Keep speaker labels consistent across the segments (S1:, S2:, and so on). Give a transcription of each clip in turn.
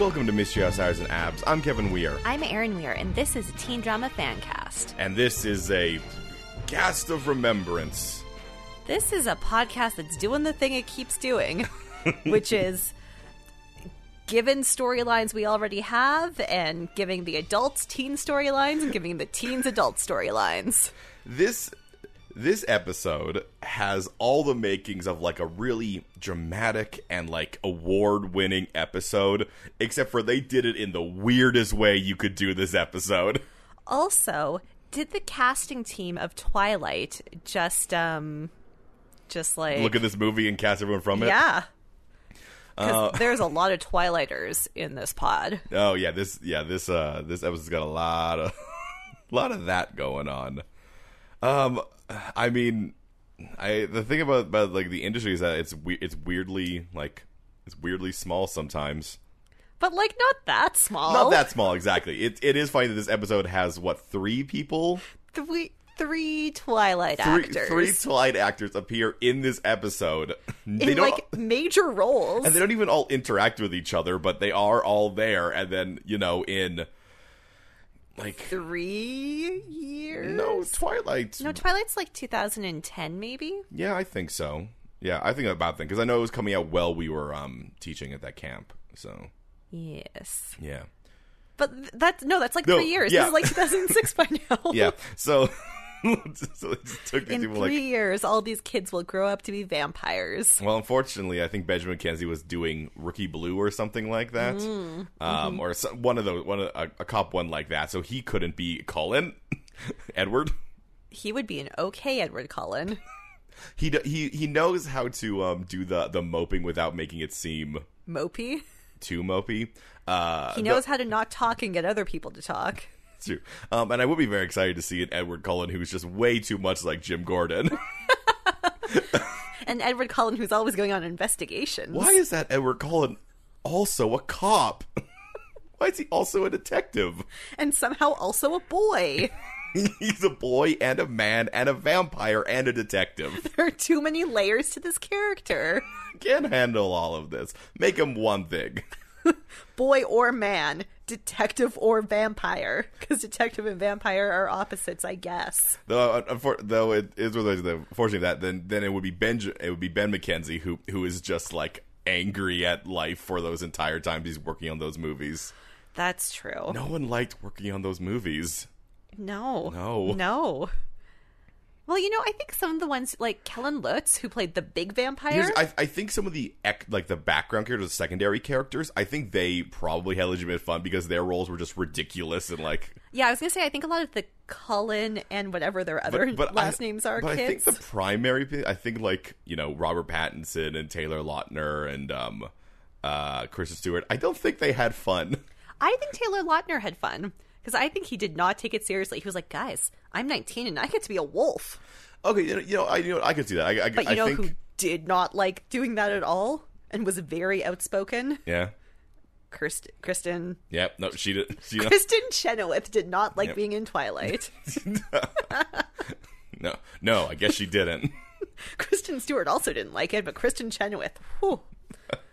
S1: Welcome to Mischievous Hours and Abs. I'm Kevin Weir,
S2: I'm Erin Weir, and this is a teen drama fan cast.
S1: and this is a cast of remembrance.
S2: This is a podcast that's doing the thing it keeps doing, which is giving storylines we already have and giving the adults teen storylines and giving the teens adult storylines.
S1: This this episode has all the makings of like a really dramatic and like award-winning episode, except for they did it in the weirdest way you could do this episode.
S2: Also, did the casting team of Twilight just um just like
S1: Look at this movie and cast everyone from it.
S2: Yeah.
S1: Uh,
S2: 'Cause there's a lot of Twilighters in this pod.
S1: Oh yeah, this yeah this uh this episode's got a lot of lot of that going on. Um, I mean, I the thing about about like the industry is that it's we- it's weirdly like it's weirdly small sometimes.
S2: But like not that small.
S1: Not that small exactly. It it is funny that this episode has what three people,
S2: three three Twilight
S1: three
S2: actors.
S1: three Twilight actors appear in this episode. they
S2: in
S1: don't.
S2: like major roles.
S1: and they don't even all interact with each other, but they are all there. And then you know, in like
S2: Three years?
S1: No, Twilight.
S2: No, Twilight's like 2010, maybe?
S1: yeah, I think so. Yeah, I think about that because I know it was coming out while we were um, teaching at that camp. So
S2: Yes.
S1: yeah,
S2: But th- that's, no, that's like
S1: No,
S2: three years.
S1: yeah.
S2: This is like 2006 by now.
S1: yeah. So, so it just took these
S2: In
S1: people
S2: three
S1: like.
S2: years, all these kids will grow up to be vampires.
S1: Well, unfortunately, I think Benjamin Mackenzie was doing Rookie Blue or something like that,
S2: Mm, mm-hmm.
S1: um, or so, one of the one of, a, a cop one like that. So he couldn't be Colin Edward.
S2: He would be an okay Edward Cullen.
S1: He d- he he knows how to um, do the the moping without making it seem
S2: Mopey.
S1: too mopey. Uh,
S2: He knows how to not talk and get other people to talk.
S1: too. Um, and I would be very excited to see an Edward Cullen who's just way too much like Jim Gordon.
S2: And Edward Cullen, who's always going on investigations.
S1: Why is that Edward Cullen also a cop? Why is he also a detective?
S2: And somehow also a boy.
S1: He's a boy and a man and a vampire and a detective.
S2: there are too many layers to this character.
S1: Can't handle all of this. Make him one thing.
S2: boy or man, detective or vampire, because detective and vampire are opposites, I guess.
S1: Though, uh, unfor- though it is what it is. though, Fortunately, that then then it would be Ben. It would be Ben McKenzie who who is just like angry at life for those entire times he's working on those movies.
S2: That's true.
S1: No one liked working on those movies.
S2: No.
S1: No.
S2: No. Well, you know, I think some of the ones like Kellen Lutz, who played the big vampire.
S1: Here's, I, I think some of the ec- like the background characters, the secondary characters, I think they probably had legitimate fun because their roles were just ridiculous and like.
S2: yeah, I was gonna say I think a lot of the Cullen and whatever their other
S1: But, but
S2: last
S1: I,
S2: names are
S1: But I think
S2: kids.
S1: the primary, pe- I think like you know Robert Pattinson and Taylor Lautner and um, uh, Kristen Stewart. I don't think they had fun.
S2: I think Taylor Lautner had fun. Because I think he did not take it seriously. He was like, "Guys, I'm 19 and I get to be a wolf."
S1: Okay, you know, you know, I you know, I could see that. I, I,
S2: But you
S1: I
S2: know
S1: think,
S2: who did not like doing that at all and was very outspoken?
S1: Yeah.
S2: Kirst- Kristen
S1: Yep. No, she did. She
S2: Kristen Chenoweth did not like
S1: Yep.
S2: being in Twilight.
S1: no. No. I guess she didn't.
S2: Kristen Stewart also didn't like it, but Kristen Chenoweth, whew,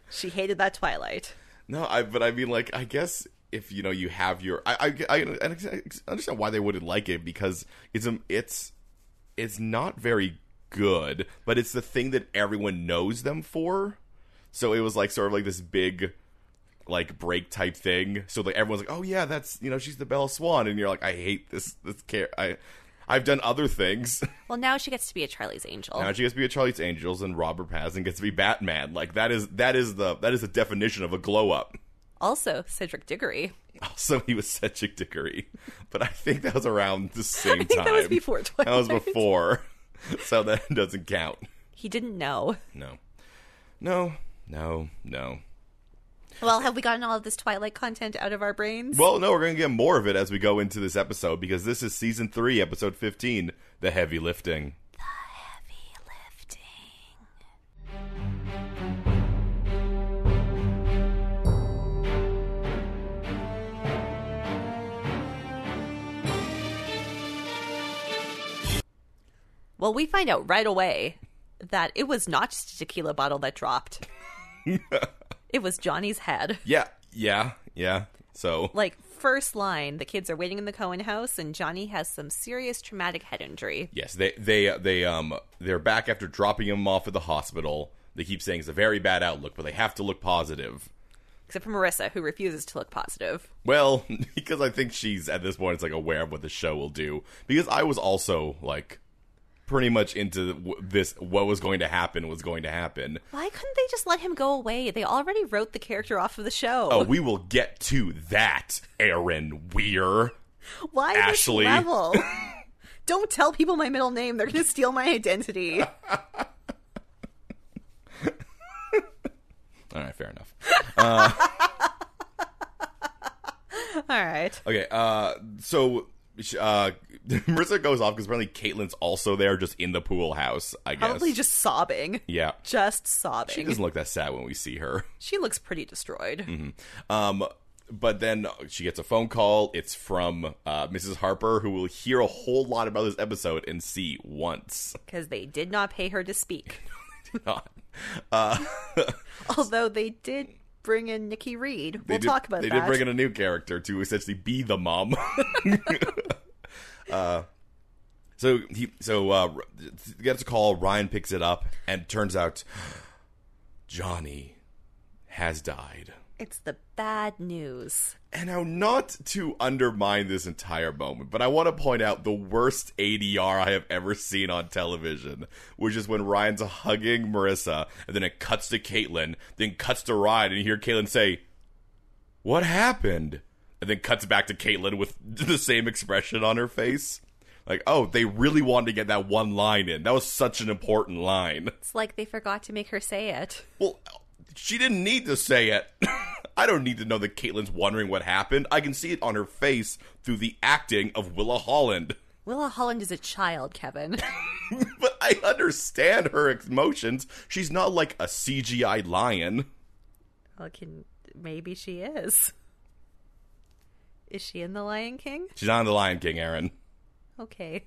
S2: she hated that Twilight.
S1: No, I but I mean, like, I guess if you know you have your, I I, I I understand why they wouldn't like it because it's um it's it's not very good, but it's the thing that everyone knows them for. So it was like sort of like this big like break type thing. So like everyone's like, oh yeah, that's you know she's the Belle Swan, and you're like, I hate this this care I. I've done other things.
S2: Well, now she gets to be a Charlie's Angel.
S1: Now she gets to be a Charlie's Angels, and Robert Pattinson gets to be Batman. Like that is that is the that is the definition of a glow up.
S2: also, Cedric Diggory.
S1: Also, he was Cedric Diggory, but I think that was around the same
S2: I think
S1: time.
S2: that was before
S1: That
S2: Twilight.
S1: was before, so that doesn't count.
S2: He didn't know.
S1: No, no, no, no.
S2: Well, have we gotten all of this Twilight content out of our brains?
S1: Well, no, we're gonna get more of it as we go into this episode because this is season three, episode fifteen, the heavy lifting.
S2: Well, we find out right away that it was not just a tequila bottle that dropped. it was Johnny's head.
S1: Yeah, yeah, yeah. So
S2: Like, first line, the kids are waiting in the Cohen house, and Johnny has some serious traumatic head injury.
S1: yes, they they they um they're back after dropping him off at the hospital. They keep saying it's a very bad outlook, but they have to look positive.
S2: Except for Marissa, who refuses to look positive.
S1: Well, because I think she's at this point it's like aware of what the show will do. Because I was also like pretty much into w- this what was going to happen was going to happen.
S2: Why couldn't they just let him go away? They already wrote the character off of the show.
S1: Oh, we will get to that, Aaron Weir.
S2: Why
S1: Ashley.
S2: this level? Don't tell people my middle name. They're going to steal my identity.
S1: All right, fair enough.
S2: All right.
S1: Okay, uh, so sh- uh, Marissa goes off because apparently Caitlin's also there, just in the pool house. I guess.
S2: Probably just sobbing.
S1: yeah.
S2: Just
S1: She
S2: sobbing.
S1: doesn't look that sad when we see her.
S2: She looks pretty destroyed.
S1: Um, but then she gets a phone call. It's from uh, Mrs. Harper, who will hear a whole lot about this episode and see once.
S2: Because they did not pay her to speak.
S1: uh,
S2: Although they did bring in Nikki Reed.
S1: they
S2: We'll
S1: did-
S2: talk about
S1: they
S2: that.
S1: did bring in a new character to essentially be the mom. Uh, so he so uh, R- gets a call. Ryan picks it up, and turns out Johnny has died.
S2: It's the bad news.
S1: And now, not to undermine this entire moment, but I want to point out the worst ADR I have ever seen on television, which is when Ryan's hugging Marissa, and then it cuts to Caitlin, then cuts to Ryan, and you hear Caitlin say, What happened? And then cuts back to Caitlin with the same expression on her face. Like, oh, they really wanted to get that one line in. That was such an important line.
S2: It's like they forgot to make her say it.
S1: Well, she didn't need to say it. I don't need to know that Caitlin's wondering what happened. I can see it on her face through the acting of Willa Holland.
S2: Willa Holland is a child, Kevin.
S1: but I understand her emotions. She's not like a CGI lion.
S2: well, can maybe she is. Is she in The Lion King?
S1: She's not in the Lion King, Aaron.
S2: Okay.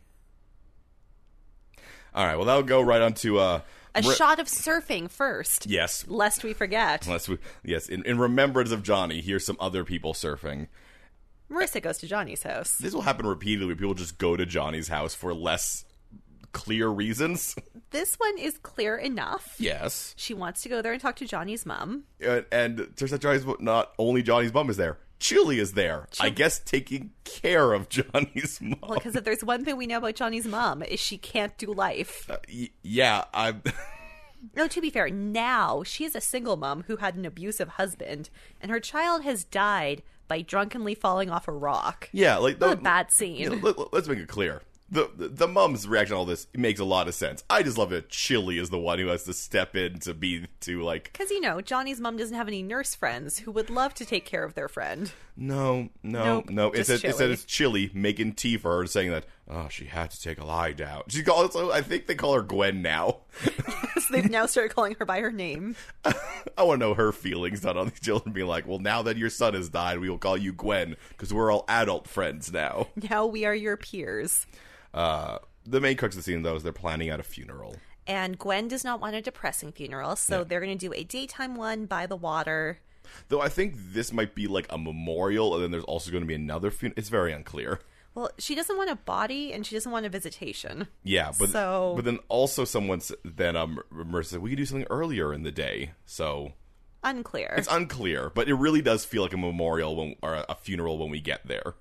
S1: All right, well, that'll go right on to. Uh,
S2: A
S1: re-
S2: shot of surfing first,
S1: Yes.
S2: lest we forget.
S1: Unless we, yes, in, in remembrance of Johnny, here's some other people surfing.
S2: Marissa goes to Johnny's house.
S1: This will happen repeatedly. People just go to Johnny's house for less clear reasons.
S2: This one is clear enough.
S1: Yes.
S2: She wants to go there and talk to Johnny's mom.
S1: and, and turns out Johnny's not only Johnny's mom is there. Julie is there. I guess taking care of Johnny's mom.
S2: Well, because if there's one thing we know about Johnny's mom is she can't do life.
S1: Uh, y- yeah, I.
S2: No, to be fair, now she is a single mom who had an abusive husband, and her child has died by drunkenly falling off a rock.
S1: Yeah, like the
S2: What a bad scene.
S1: you know, let, us make it clear. The, the the mom's reaction to all this it makes a lot of sense. I just love that Chili is the one who has to step in to be to like
S2: Because, you know, Johnny's mom doesn't have any nurse friends who would love to take care of their friend.
S1: no no
S2: Nope,
S1: no. It
S2: just
S1: said it said
S2: Chili.
S1: it's Chili making tea for her, and saying that oh she had to take a lie down. She calls I think they call her Gwen now.
S2: so they've now started calling her by her name.
S1: I want to know her feelings, not on these children being like, well, now that your son has died, we will call you Gwen because we're all adult friends now.
S2: Now we are your peers.
S1: Uh, the main crux of the scene, though, is they're planning out a funeral.
S2: And Gwen does not want a depressing funeral, so they're going to do a daytime one by the water.
S1: Though I think this might be like a memorial, and then there's also going to be another funeral. It's very unclear.
S2: Well, she doesn't want a body and she doesn't want a visitation.
S1: Yeah, but
S2: So-
S1: but then also someone s- then um Marissa said we could do something earlier in the day, so
S2: Unclear.
S1: it's unclear. But it really does feel like a memorial when or a- a funeral when we get there.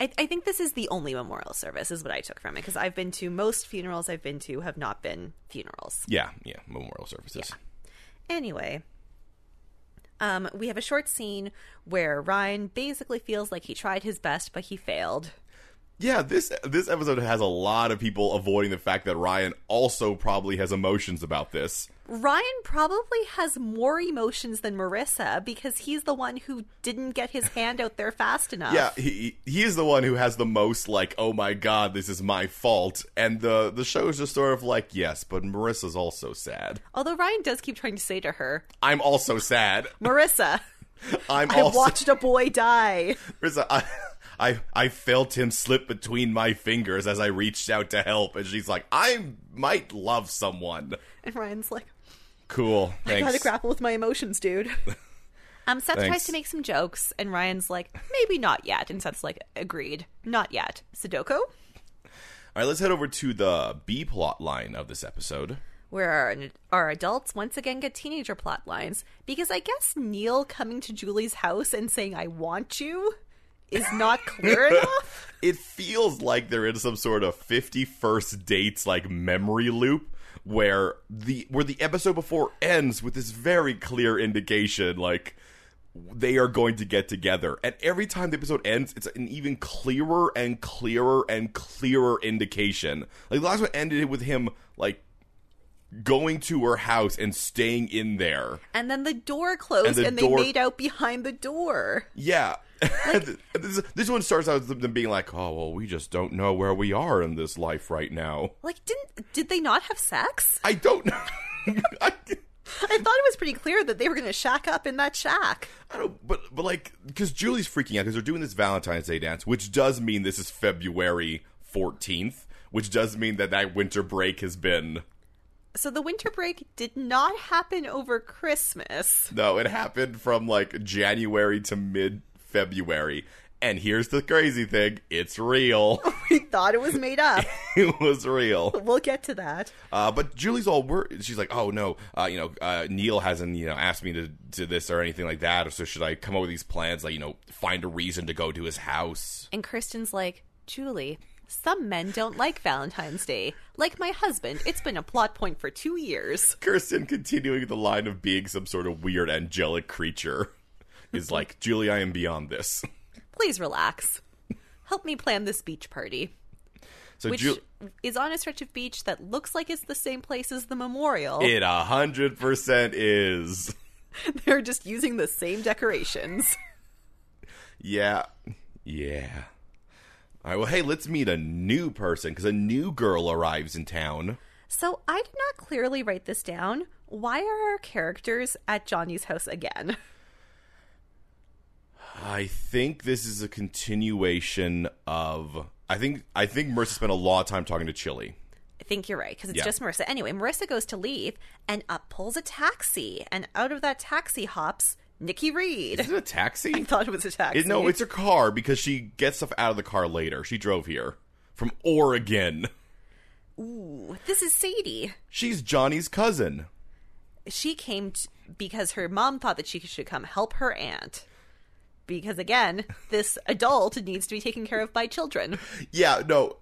S2: I, I think this is the only memorial service, is what I took from it, because I've been to most funerals I've been to have not been funerals.
S1: Yeah, yeah, memorial services.
S2: Anyway, um, we have a short scene where Ryan basically feels like he tried his best, but he failed.
S1: Yeah, this this episode has a lot of people avoiding the fact that Ryan also probably has emotions about this.
S2: Ryan probably has more emotions than Marissa because he's the one who didn't get his hand out there fast enough.
S1: Yeah, he he is the one who has the most like, oh my god, this is my fault, and the the show is just sort of like, yes, but Marissa's also sad.
S2: Although Ryan does keep trying to say to her,
S1: I'm also sad.
S2: Marissa,
S1: I'm
S2: I
S1: also
S2: watched a boy die.
S1: Marissa, I, I I felt him slip between my fingers as I reached out to help, and she's like, I might love someone.
S2: And Ryan's like,
S1: Cool, thanks.
S2: gotta grapple with my emotions, dude. Um, Seth
S1: Thanks.
S2: tries to make some jokes, and Ryan's like, maybe not yet. And Seth's like, agreed, not yet. Sudoku,
S1: All right, let's head over to the B plot line of this episode.
S2: where our, our adults once again get teenager plot lines, because I guess Neil coming to Julie's house and saying, I want you, is not clear enough.
S1: It feels like they're in some sort of 51st dates like memory loop where the where the episode before ends with this very clear indication like they are going to get together. And every time the episode ends, it's an even clearer and clearer and clearer indication. Like the last one ended with him like going to her house and staying in there.
S2: And then the door closed,
S1: And
S2: and,
S1: the
S2: they
S1: door-
S2: made out behind the door.
S1: Yeah. this, this one starts out with them being like, "Oh well, we just don't know where we are in this life right now."
S2: Like, didn't did they not have sex?
S1: I don't know. I,
S2: I thought it was pretty clear that they were going to shack up in that shack.
S1: I don't. But but like, because Julie's freaking out because they're doing this Valentine's Day dance, which does mean this is February fourteenth, which does mean that that winter break has been.
S2: So the winter break did not happen over Christmas.
S1: No, it happened from like January to mid February. And here's the crazy thing: it's real.
S2: We thought it was made up.
S1: it was real.
S2: we'll get to that.
S1: Uh, but Julie's all worried. She's like, "Oh no, uh, you know, uh, Neil hasn't you know asked me to to this or anything like that. So should I come up with these plans? Like, you know, find a reason to go to his house."
S2: And Kristen's like, Julie, some men don't like Valentine's Day. Like my husband, it's been a plot point for two years.
S1: Kirsten, continuing the line of being some sort of weird angelic creature, is like, "Julie, I am beyond this."
S2: Please relax. Help me plan this beach party,
S1: So
S2: which
S1: Julie,
S2: is on a stretch of beach that looks like it's the same place as the memorial.
S1: it a hundred percent is.
S2: They're just using the same decorations.
S1: Yeah. Yeah. All right. Well, hey, let's meet a new person because a new girl arrives in town.
S2: So I did not clearly write this down. Why are our characters at Johnny's house again?
S1: I think this is a continuation of. I think I think Marissa spent a lot of time talking to Chili.
S2: I think you're right because it's
S1: Yeah.
S2: just Marissa. Anyway, Marissa goes to leave and up pulls a taxi, and out of that taxi hops Nikki Reed.
S1: Is it a taxi?
S2: I thought it was a taxi.
S1: It- no, it's a car because she gets stuff out of the car later. She drove here from Oregon.
S2: this is Sadie.
S1: She's Johnny's cousin.
S2: She came t- because her mom thought that she should come help her aunt. Because again, this adult needs to be taken care of by children.
S1: Yeah, no,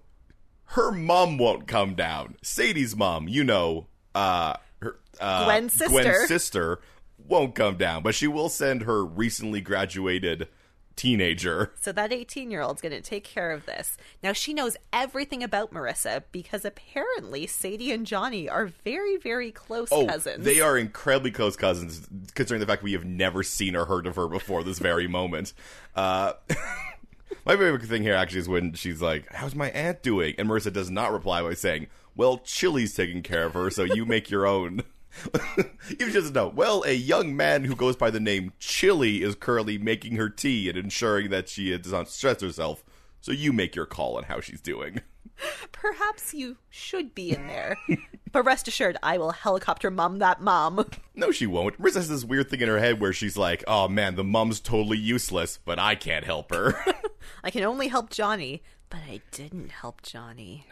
S1: her mom won't come down. Sadie's mom, you know, uh, her uh,
S2: Gwen's sister.
S1: Gwen's sister won't come down, but she will send her recently graduated teenager.
S2: So that 18 year old's going to take care of this. Now, she knows everything about Marissa because apparently Sadie and Johnny are very, very close
S1: Oh,
S2: cousins.
S1: They are incredibly close cousins, considering the fact we have never seen or heard of her before this very moment. Uh, my favorite thing here actually is when she's like, How's my aunt doing? And Marissa does not reply by saying, Well, Chili's taking care of her, so you make your own. you just know. Well, a young man who goes by the name Chili is currently making her tea and ensuring that she does not stress herself, so you make your call on how she's doing.
S2: Perhaps you should be in there. but rest assured, I will helicopter mom that mom.
S1: No, she won't. Marissa has this weird thing in her head where she's like, oh man, the mom's totally useless, but I can't help her.
S2: I can only help Johnny, but I didn't help Johnny.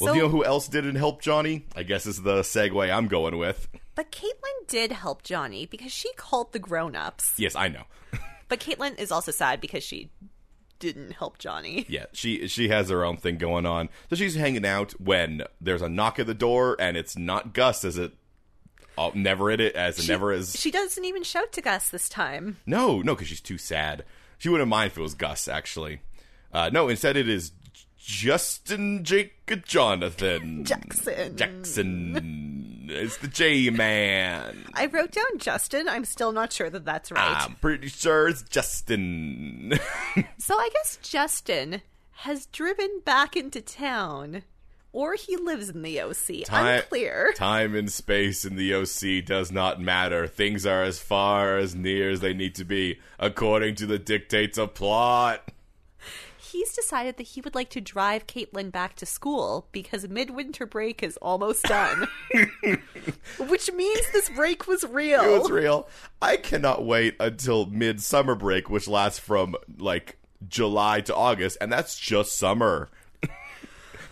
S2: No.
S1: well,
S2: So,
S1: you know who else didn't help Johnny? I guess is the segue I'm going with.
S2: but Caitlin did help Johnny because she called the grown ups.
S1: Yes, I know.
S2: But Caitlin is also sad because she didn't help Johnny.
S1: Yeah, she she has her own thing going on. So she's hanging out when there's a knock at the door and it's not Gus as it oh, never it as it never is. Hmm.
S2: She doesn't even shout to Gus this time.
S1: No, no, because she's too sad. She wouldn't mind if it was Gus actually. Uh, no, instead it is J- Justin Jacob Jonathan.
S2: Jackson.
S1: Jackson. Mm. It's the J Man.
S2: I wrote down Justin. I'm still not sure that that's right.
S1: I'm pretty sure it's Justin.
S2: So I guess Justin has driven back into town, or he lives in the OC.
S1: Time-
S2: Unclear.
S1: Time and space in the OC does not matter. Things are as far as near as they need to be, according to the dictates of plot.
S2: he's decided that he would like to drive Caitlin back to school because midwinter break is almost done. Which means this break was real.
S1: It was real. I cannot wait until mid summer break, which lasts from like July to August, and that's just summer. but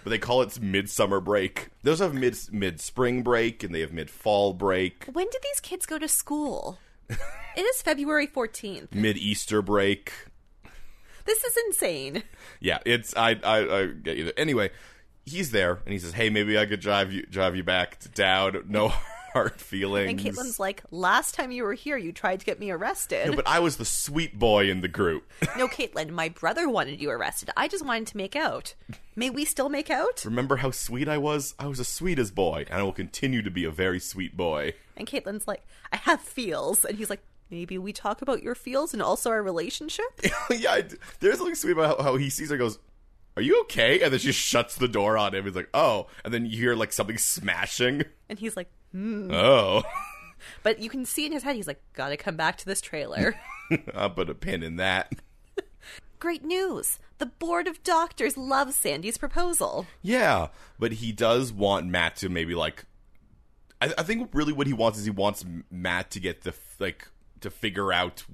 S1: they call it midsummer break. They also have mid mid spring break, and they have mid fall break,
S2: when did these kids go to school? it is February 14th.
S1: mid Easter break.
S2: This is insane.
S1: Yeah, it's I I, I get you. There. Anyway, he's there, and he says, "Hey, maybe I could drive you drive you back to town. No hard feelings."
S2: And Caitlin's like, last time you were here, you tried to get me arrested.
S1: but I was the sweet boy in the group.
S2: No, Caitlin, my brother wanted you arrested. I just wanted to make out. May we still make out?
S1: Remember how sweet I was? I was the sweetest boy, and I will continue to be a very sweet boy.
S2: And Caitlin's like, I have feels. And he's like, maybe we talk about your feels and also our relationship?
S1: yeah, I d there's something sweet about how, how he sees her and goes, Are you okay? And then she shuts the door on him. He's like, Oh. And then you hear like something smashing.
S2: And he's like, hmm.
S1: Oh.
S2: But you can see in his head, he's like, gotta come back to this trailer.
S1: I'll put a pin in that.
S2: Great news! The board of doctors loves Sandy's proposal.
S1: Yeah, but he does want Matt to maybe like. I, I think really what he wants is he wants Matt to get the f- like to figure out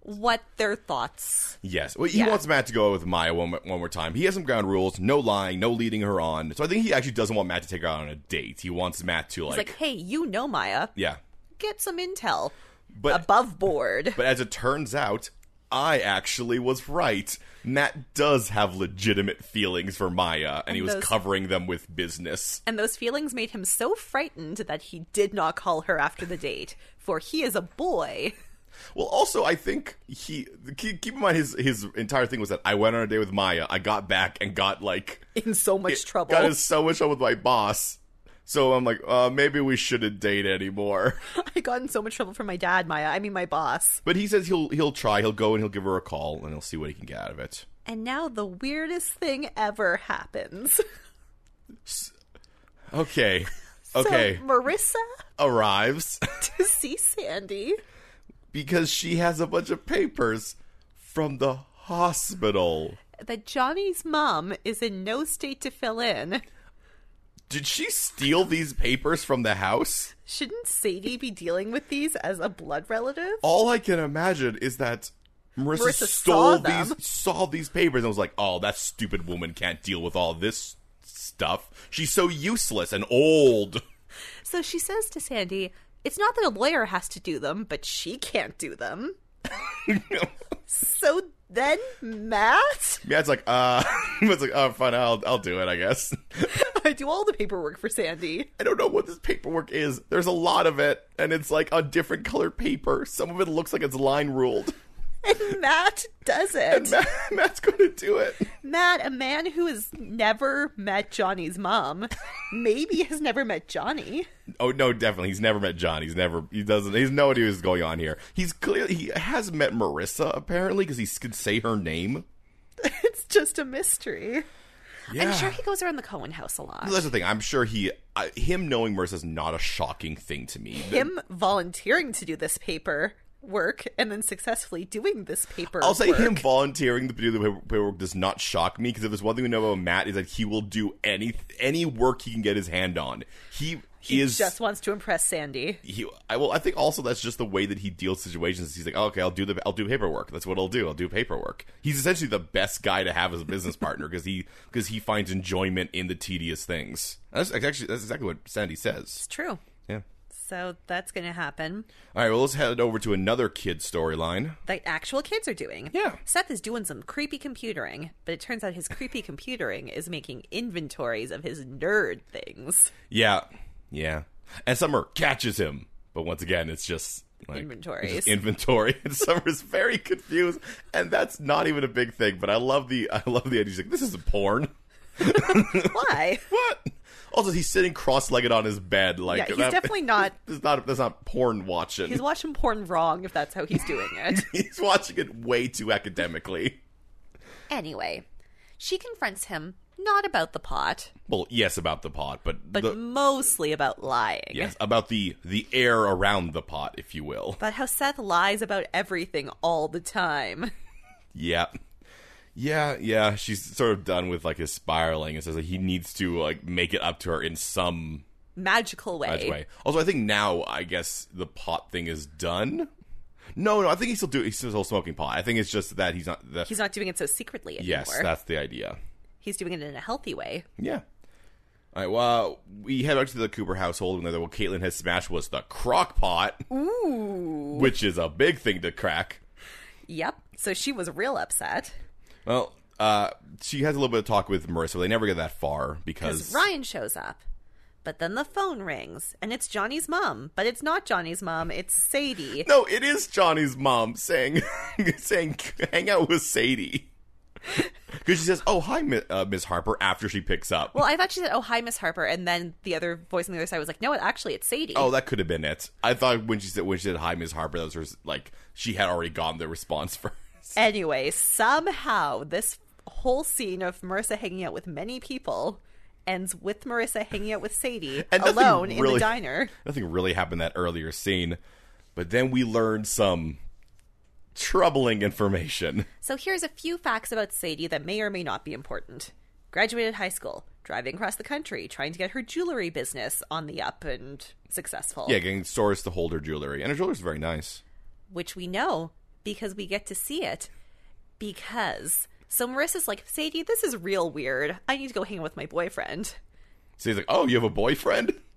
S2: What their thoughts?
S1: Yes. Well, he
S2: Yeah.
S1: wants Matt to go out with Maya one, one more time. He has some ground rules, no lying, no leading her on. So I think he actually doesn't want Matt to take her out on a date. He wants Matt to like,
S2: It's like, hey, you know Maya.
S1: yeah.
S2: Get some intel.
S1: But
S2: Above board.
S1: but as it turns out, I actually was right. Matt does have legitimate feelings for Maya, and, he was
S2: those-
S1: covering them with business.
S2: And those feelings made him so frightened that he did not call her after the date, for he is a boy.
S1: Well, also, I think he keep, keep in mind his his entire thing was that I went on a date with Maya, I got back and got like
S2: in so much trouble.
S1: got in so much trouble with my boss. So I'm like, uh, maybe we shouldn't date anymore.
S2: I got in so much trouble from my dad, Maya. I mean, my boss.
S1: But he says he'll he'll try. He'll go and he'll give her a call and he'll see what he can get out of it.
S2: And now the weirdest thing ever happens.
S1: Okay. Okay.
S2: So Marissa
S1: Arrives
S2: to see Sandy.
S1: because she has a bunch of papers from the hospital.
S2: That Johnny's mom is in no state to fill in.
S1: Did she steal these papers from the house?
S2: Shouldn't Sadie be dealing with these as a blood relative?
S1: All I can imagine is that Marissa,
S2: Marissa
S1: stole
S2: saw them.
S1: these saw these papers and was like, "Oh, that stupid woman can't deal with all this stuff. She's so useless and old."
S2: So she says to Sandy, It's not that a lawyer has to do them, but she can't do them. so then, Matt,
S1: Yeah, it's like, uh, it's like, oh, fine, I'll, I'll do it, I guess.
S2: I do all the paperwork for Sandy.
S1: I don't know what this paperwork is. There's a lot of it, and it's like on different colored paper. Some of it looks like it's line ruled.
S2: And Matt does it.
S1: And Matt, Matt's going to do it.
S2: Matt, a man who has never met Johnny's mom, maybe has never met Johnny.
S1: Oh no, definitely. He's never met John. He's never. He doesn't. He's no idea what's going on here. He's clearly he has met Marissa apparently because he s- could say her name.
S2: It's just a mystery.
S1: Yeah.
S2: I'm sure he goes around the Cohen house a lot.
S1: That's the thing. I'm sure he, I, him knowing Marissa's not a shocking thing to me.
S2: Him volunteering to do this paper work and then successfully doing this paper.
S1: I'll say
S2: work.
S1: him volunteering to do the paper- paperwork does not shock me because if there's one thing we know about Matt is that he will do any any work he can get his hand on. He,
S2: He
S1: is
S2: just wants to impress Sandy.
S1: he. I well, I think also that's just the way that he deals situations. He's like, oh, okay, I'll do the I'll do paperwork. That's what I'll do. I'll do paperwork. He's essentially the best guy to have as a business partner because he because he finds enjoyment in the tedious things. That's actually that's exactly what Sandy says.
S2: It's true.
S1: Yeah.
S2: So that's going to happen.
S1: All right. Well, let's head over to another kid storyline.
S2: The actual kids are doing.
S1: Yeah.
S2: Seth is doing some creepy computering, but it turns out his creepy computering is making inventories of his nerd things.
S1: Yeah, yeah. And Summer catches him, but once again, it's just like,
S2: Inventories.
S1: it's just inventory, and Summer's very confused, and that's not even a big thing. But I love the I love the idea. She's like, "This is porn."
S2: Why?
S1: What? Also, he's sitting cross-legged on his bed. Like,
S2: Yeah, he's
S1: that-
S2: definitely not-
S1: That's not. That's not porn watching.
S2: He's
S1: He's,
S2: watching porn wrong if that's how he's doing it.
S1: watching it way too academically.
S2: anyway, she confronts him not about the pot,
S1: Well, yes, about the pot, but,
S2: but
S1: the,
S2: mostly about lying.
S1: yes, about the the air around the pot, if you will.
S2: About how Seth lies about everything all the time.
S1: Yeah. Yeah, yeah. She's sort of done with like his spiraling and says like he needs to like make it up to her in some
S2: Magical way.
S1: magic way. Also, I think now I guess the pot thing is done. No, no, I think he's still doing. He's still smoking pot. I think it's just that he's not. That's,
S2: He's not doing it so secretly anymore.
S1: yes, that's the idea.
S2: He's doing it in a healthy way.
S1: Yeah. All right. Well, we head back to the Cooper household, and they're well, Caitlin has smashed was the crock pot,
S2: Ooh.
S1: which is a big thing to crack.
S2: Yep. So she was real upset
S1: Well, uh, she has a little bit of talk with Marissa. But they never get that far because
S2: because Ryan shows up. But then the phone rings and it's Johnny's mom. But it's not Johnny's mom, it's Sadie.
S1: no, it is Johnny's mom saying saying hang out with Sadie because she says, "Oh hi, Mi- uh, Miss Harper." After she picks up,
S2: Well, I thought she said, oh, hi, Miss Harper. And then the other voice on the other side was like, no, it, actually, it's Sadie.
S1: oh, that could have been it. I thought when she said when she said hi, Miss Harper, that was her, like she had already gotten the response first.
S2: Anyway, somehow this whole scene of Marissa hanging out with many people ends with Marissa hanging out with Sadie
S1: And nothing
S2: alone in
S1: really-
S2: the diner.
S1: Nothing really happened that earlier scene, but then we learned some troubling information.
S2: So here's a few facts about Sadie that may or may not be important. Graduated high school, driving across the country, trying to get her jewelry business on the up and successful.
S1: Yeah, getting Soros to hold her jewelry, and her jewelry's very nice.
S2: Which we know because we get to see it. Because. So Marissa's like, Sadie, this is real weird. I need to go hang out with my boyfriend.
S1: So he's like, "Oh, you have a boyfriend?"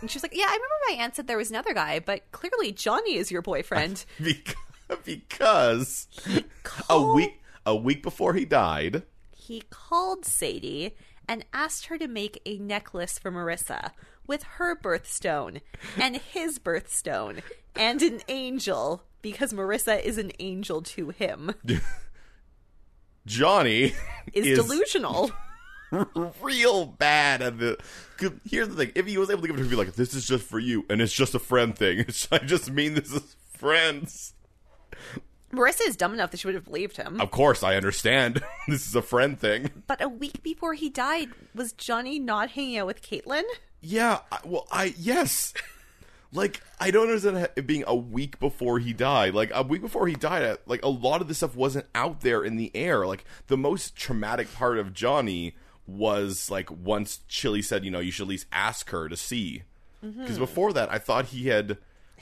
S2: And she's like, Yeah, I remember my aunt said there was another guy, but clearly Johnny is your boyfriend.
S1: Because, because a
S2: Call-
S1: week a week before he died,
S2: He called Sadie and asked her to make a necklace for Marissa with her birthstone and his birthstone and an angel because Marissa is an angel to him.
S1: Johnny
S2: Is, delusional.
S1: real bad at the. 'cause Here's the thing: if he was able to give it to her, he'd be like, "This is just for you, and it's just a friend thing. I just mean this is friends."
S2: Marissa is dumb enough that she would have believed him.
S1: Of course, I understand. this is a friend thing.
S2: But a week before he died, was Johnny not hanging out with Caitlin?
S1: Yeah, I, well, I yes, like I don't understand it being a week before he died. Like a week before he died, uh, like a lot of this stuff wasn't out there in the air. Like the most traumatic part of Johnny was like once Chili said, you know, you should at least ask her to see, because before that, I thought he had.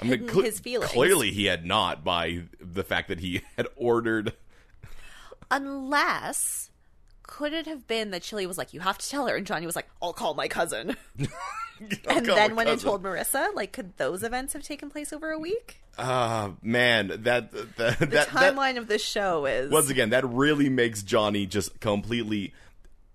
S1: I mean,
S2: Mm-hmm. Hidden his feelings.
S1: clearly he had not by the fact that he had ordered.
S2: Unless, could it have been that Chili was like, You have to tell her? And Johnny was like, I'll call my cousin. and then when it told Marissa, like, could those events have taken place over a week?
S1: ah man, that that that,
S2: The
S1: that
S2: timeline of this show is
S1: once again, that really makes Johnny just completely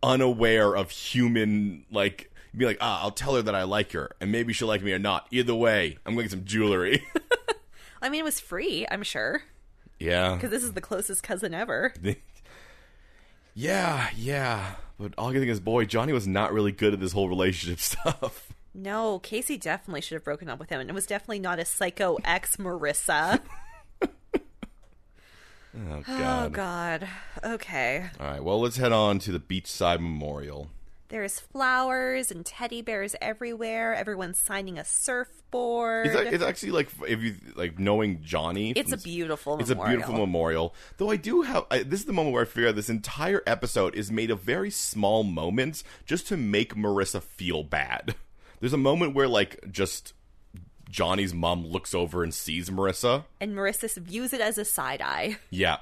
S1: unaware of human like be like, ah, I'll tell her that I like her, and maybe she'll like me or not. Either way, I'm gonna get some jewelry.
S2: I mean, it was free, I'm sure,
S1: yeah.
S2: because this is the closest cousin ever.
S1: yeah, yeah. But all I can think is boy, Johnny was not really good at this whole relationship stuff.
S2: No, Casey definitely should have broken up with him, and it was definitely not a psycho ex Marissa.
S1: Oh god.
S2: oh, God. Okay.
S1: Alright, well let's head on to the beachside memorial.
S2: There's flowers and teddy bears everywhere. Everyone's signing a surfboard.
S1: It's, ac- it's actually like if you like knowing Johnny.
S2: It's
S1: from
S2: a beautiful
S1: It's
S2: memorial.
S1: a beautiful memorial. Though I do have I, this is the moment where I figure out this entire episode is made of very small moments just to make Marissa feel bad. There's a moment where like just Johnny's mom looks over and sees Marissa.
S2: and Marissa views it as a side eye.
S1: Yeah.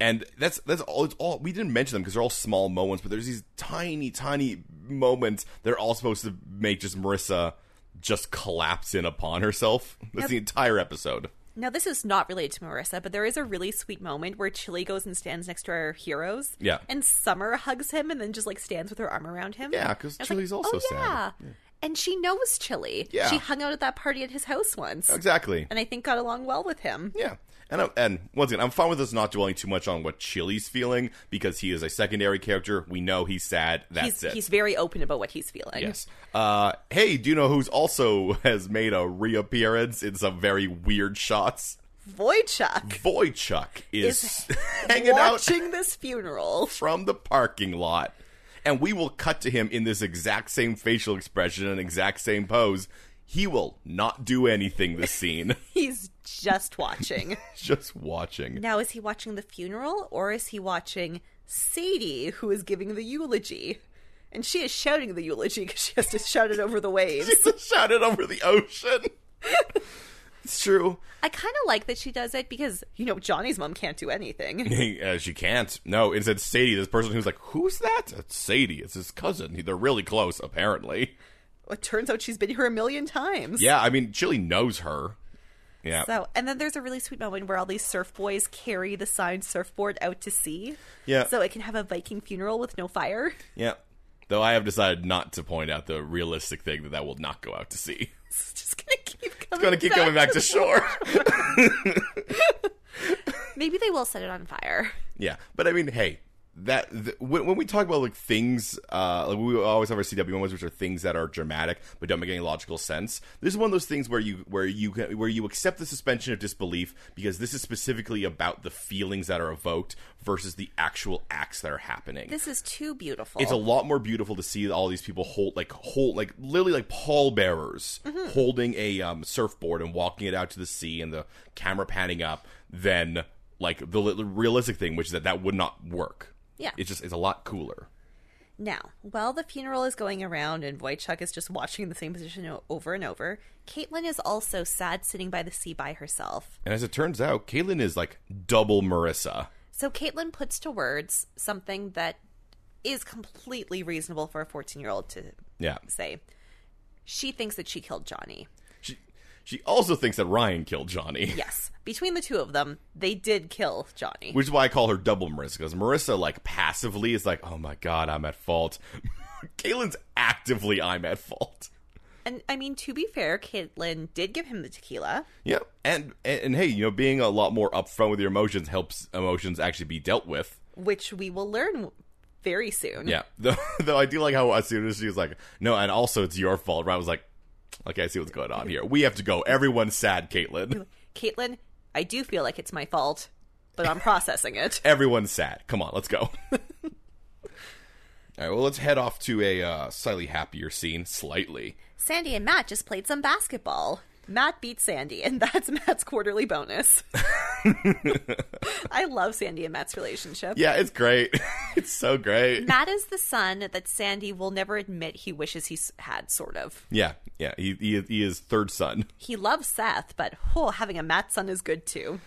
S1: And that's that's all. It's all we didn't mention them because they're all small moments, but there's these tiny, tiny moments that are all supposed to make just Marissa just collapse in upon herself. That's the entire episode.
S2: Now, this is not related to Marissa, but there is a really sweet moment where Chili goes and stands next to our heroes.
S1: Yeah.
S2: And Summer hugs him and then just like stands with her arm around him.
S1: Yeah, 'cause
S2: I was
S1: Chili's also
S2: oh,
S1: sad."
S2: Yeah. And she knows Chili.
S1: Yeah.
S2: She hung out at that party at his house once
S1: Exactly.
S2: and I think got along well with him.
S1: Yeah. And, I, and once again, I'm fine with us not dwelling too much on what Chili's feeling because he is a secondary character. We know he's sad. That's
S2: he's,
S1: it.
S2: he's very open about what he's feeling.
S1: yes. Uh, hey, do you know who's also has made a reappearance in some very weird shots?
S2: Voychuk
S1: Voychuk is,
S2: Is
S1: hanging out
S2: watching this funeral.
S1: from the parking lot. And we will cut to him in this exact same facial expression and exact same pose. He will not do anything this scene.
S2: He's just watching.
S1: Just watching.
S2: now, is he watching the funeral or is he watching Sadie, who is giving the eulogy? And she is shouting the eulogy because she has to shout it over the waves.
S1: Jesus shouted over the ocean. it's true.
S2: I kind of like that she does it because, you know, Johnny's mom can't do anything.
S1: Uh, she can't. No, instead, Sadie, this person who's like, who's that? It's Sadie. It's his cousin. They're really close, apparently.
S2: it turns out she's been here a million times.
S1: Yeah, I mean, Chili knows her. Yeah.
S2: So, and then there's a really sweet moment where all these surf boys carry the signed surfboard out to sea.
S1: Yeah.
S2: So it can have a Viking funeral with no fire.
S1: yeah. Though I have decided not to point out the realistic thing that that will not go out to sea.
S2: It's just gonna keep coming.
S1: It's going to keep coming back to shore.
S2: Maybe they will set it on fire.
S1: Yeah, but I mean, hey, that th- when, when we talk about like things, uh, like we always have our CW ones, which are things that are dramatic but don't make any logical sense. This is one of those things where you where you ca- where you accept the suspension of disbelief because this is specifically about the feelings that are evoked versus the actual acts that are happening.
S2: This is too beautiful.
S1: it's a lot more beautiful to see all these people hold like hold like literally like pallbearers holding a um, surfboard and walking it out to the sea and the camera panning up than like the, li- the realistic thing which is that that would not work
S2: Yeah.
S1: it's just it's a lot cooler
S2: now, while the funeral is going around and Wojciech is just watching the same position o- over and over, Caitlin is also sad sitting by the sea by herself.
S1: and as it turns out caitlin is like double marissa
S2: So Caitlin puts to words something that is completely reasonable for a 14 year old to
S1: yeah
S2: say. She thinks that she killed Johnny.
S1: she she also thinks that ryan killed johnny
S2: Yes. Between the two of them, they did kill Johnny.
S1: which is why i call her double marissa because marissa like passively is like oh my god i'm at fault caitlin's actively i'm at fault
S2: and I mean, to be fair, Caitlin did give him the tequila.
S1: Yeah, and, and and hey, you know, being a lot more upfront with your emotions helps emotions actually be dealt with.
S2: which we will learn very soon.
S1: Yeah, though, though I do like how as soon as she was like, "No," and also it's your fault. Right? I was like, "Okay, I see what's going on here. We have to go. Everyone's sad, Caitlin.
S2: Caitlin, I do feel like it's my fault, but I'm processing it.
S1: Everyone's sad. Come on, let's go." All right, well, let's head off to a uh, slightly happier scene. Slightly,
S2: Sandy and Matt just played some basketball. Matt beat Sandy, and that's Matt's quarterly bonus. I love Sandy and Matt's relationship.
S1: yeah, it's great. it's so great.
S2: Matt is the son that Sandy will never admit he wishes he s- had, sort of.
S1: Yeah, yeah. He he, he is third son.
S2: He loves Seth, but oh, having a Matt son is good too.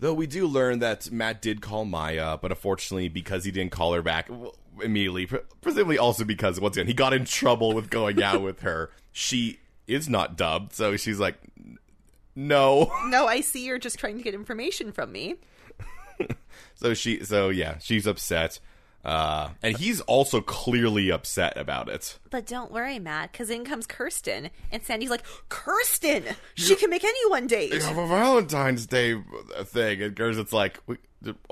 S1: Though we do learn that Matt did call Maya, but unfortunately, because he didn't call her back w- immediately, pre- presumably also because, once again, he got in trouble with going out with her, she is not dubbed, so she's like, "N- no.
S2: No, I see you're just trying to get information from me.
S1: So she, so yeah, she's upset. Uh, and he's also clearly upset about it.
S2: But don't worry, Matt, because in comes Kirsten, and Sandy's like, Kirsten, she can make anyone date.
S1: have a Valentine's Day uh, thing, and Gerset's like, "We-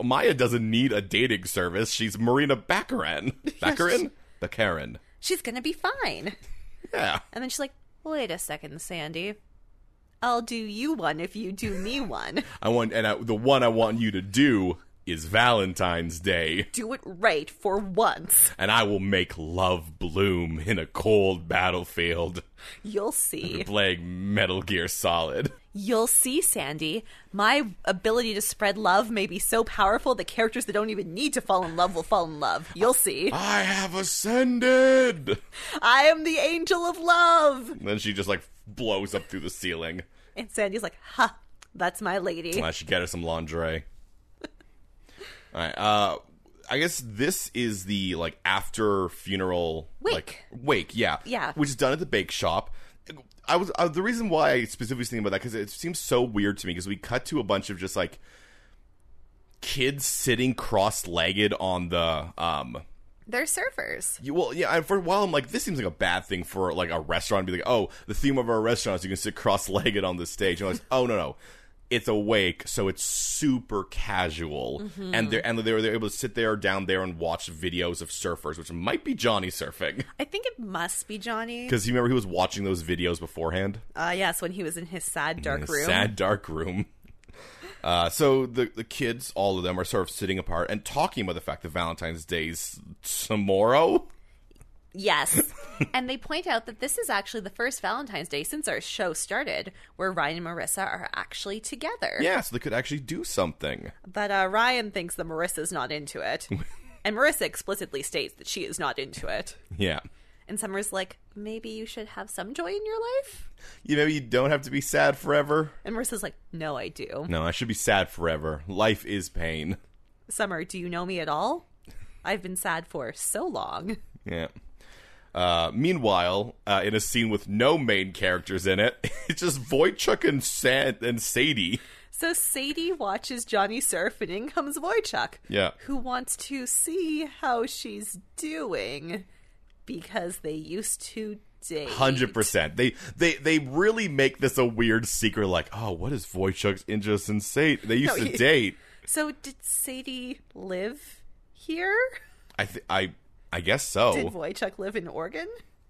S1: Maya doesn't need a dating service. She's Marina Baccarin. Baccarin? Baccarin.
S2: She's gonna be fine.
S1: Yeah.
S2: And then she's like, Wait a second, Sandy, I'll do you one if you do me one.
S1: I want, and I, the one I want you to do is Valentine's Day,
S2: do it right for once.
S1: and I will make love bloom in a cold battlefield,
S2: You'll see.
S1: playing Metal Gear Solid.
S2: You'll see, Sandy. My ability to spread love may be so powerful that characters that don't even need to fall in love will fall in love.
S1: Uh,
S2: You'll see.
S1: I have ascended.
S2: I am the angel of love.
S1: And then she just like blows up through the ceiling.
S2: And Sandy's like, Ha, that's my lady.
S1: I should get her some lingerie. All right. Uh, I guess this is the like after funeral
S2: Wake.
S1: like, wake. Yeah,
S2: Yeah.
S1: Which is done at the bake shop. I was uh, the reason why I specifically was thinking about that because it seems so weird to me because we cut to a bunch of just like kids sitting cross-legged on the um
S2: They're surfers.
S1: you, well, yeah. And for a while, I'm like, this seems like a bad thing for like a restaurant to be like, oh, the theme of our restaurant is you can sit cross-legged on the stage. And I was, oh no, no, it's a wake, so it's super casual, and they and they were able to sit there down there and watch videos of surfers, which might be Johnny surfing
S2: I think it must be Johnny.
S1: because you remember he was watching those videos beforehand.
S2: Uh, yes, when he was in his sad dark
S1: In a
S2: room.
S1: Sad dark room. Uh, so the the kids, all of them, are sort of sitting apart and talking about the fact that Valentine's Day's tomorrow.
S2: Yes. and they point out that this is actually the first Valentine's Day since our show started where Ryan and Marissa are actually together.
S1: Yeah, so they could actually do something.
S2: But uh, Ryan thinks that Marissa's not into it. and Marissa explicitly states that she is not into it.
S1: Yeah.
S2: And Summer's like, maybe you should have some joy in your life?
S1: You know, you don't have to be sad forever.
S2: And Marissa's like, no, I do.
S1: No, I should be sad forever. Life is pain.
S2: Summer, do you know me at all? I've been sad for so long.
S1: Yeah. Uh, meanwhile, uh, in a scene with no main characters in it, it's just Voychuk and Sad and Sadie.
S2: So Sadie watches Johnny surf, and in comes Wojciech,
S1: Yeah.
S2: who wants to see how she's doing because they used to date.
S1: Hundred percent. They they they really make this a weird secret. Like, oh, what is Voychuk's interest in Sadie? They used
S2: No,
S1: to
S2: he-
S1: date.
S2: So did Sadie live here?
S1: I th- I I guess so.
S2: Did Wojciech live in Oregon?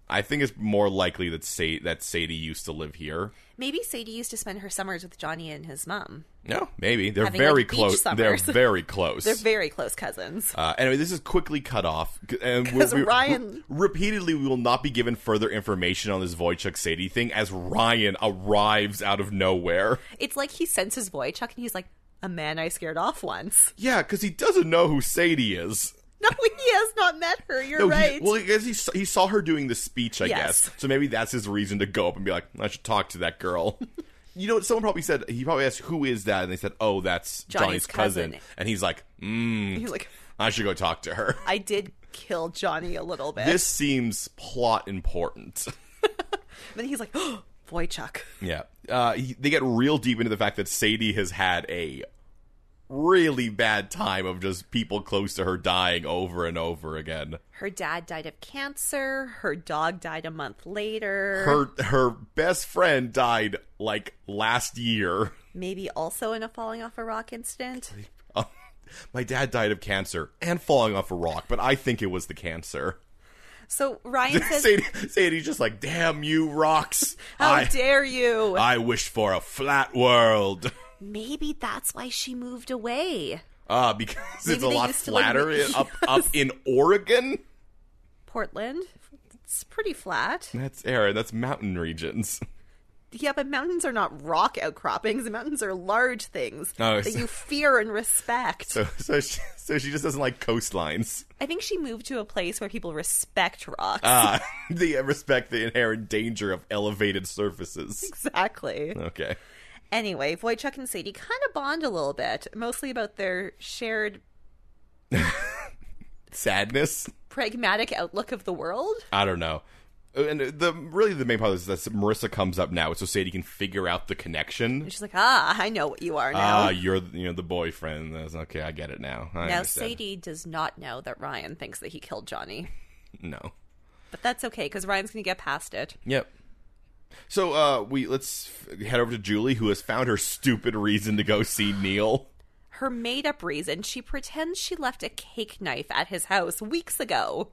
S1: I think it's more likely that Sa- that Sadie used to live here.
S2: Maybe Sadie used to spend her summers with Johnny and his mom.
S1: No, maybe they're
S2: Having,
S1: very
S2: like, beach
S1: close. They're
S2: summers.
S1: very close.
S2: They're very close cousins.
S1: Uh, anyway, this is quickly cut off, c- and we-
S2: 'Cause
S1: we-
S2: Ryan-
S1: re- repeatedly we will not be given further information on this Voychuk Sadie thing as Ryan arrives out of nowhere.
S2: It's like he senses Wojciech and he's like, a man I scared off once.
S1: Yeah, because he doesn't know who Sadie is.
S2: No, he has not met her. You're
S1: No, he-
S2: right.
S1: well, I guess he s- he saw her doing the speech, I
S2: Yes.
S1: guess. So maybe that's his reason to go up and be like, I should talk to that girl. you know, someone probably said he probably asked who is that, and they said, Oh, that's Johnny's,
S2: Johnny's
S1: cousin.
S2: cousin.
S1: and he's like, mm,
S2: he's like,
S1: I should go talk to her.
S2: I did kill Johnny a little bit.
S1: This seems plot important.
S2: Then he's like, oh, Voychuk.
S1: Yeah. Uh, he, they get real deep into the fact that Sadie has had a really bad time of just people close to her dying over and over again.
S2: Her dad died of cancer. Her dog died a month later.
S1: Her her best friend died like last year.
S2: Maybe also in a falling off a rock incident.
S1: Uh, my dad died of cancer and falling off a rock, but I think it was the cancer.
S2: So Ryan says,
S1: Sadie, Sadie's just like, "Damn you, rocks!
S2: How
S1: I
S2: dare you?
S1: I wished for a flat world."
S2: Maybe that's why she moved away.
S1: Ah, because it's
S2: Maybe
S1: a
S2: they
S1: lot
S2: used to live in
S1: flatter
S2: the-
S1: in- up up in Oregon.
S2: Portland. It's pretty flat.
S1: That's Aaron. That's mountain regions.
S2: Yeah, but mountains are not rock outcroppings. Mountains are large things
S1: Oh,
S2: that
S1: so-
S2: you fear and respect.
S1: So so she, so she just doesn't like coastlines.
S2: I think she moved to a place where people respect rocks.
S1: Ah, they respect the inherent danger of elevated surfaces.
S2: exactly.
S1: Okay.
S2: Anyway, Voychuk and Sadie kind of bond a little bit, mostly about their shared
S1: Sadness.
S2: pragmatic outlook of the world.
S1: I don't know. Uh, And the really the main part is that Marissa comes up now, so Sadie can figure out the connection.
S2: And she's like, ah, I know what you are now.
S1: Ah, you're you know the boyfriend. That's- okay, I get it now. I
S2: now,
S1: understand.
S2: Sadie does not know that Ryan thinks that he killed Johnny.
S1: No.
S2: But that's okay, because Ryan's going to get past it.
S1: Yep. So uh, we let's f- head over to Julie, who has found her stupid reason to go see Neil.
S2: Her made up reason she pretends she left a cake knife at his house weeks ago.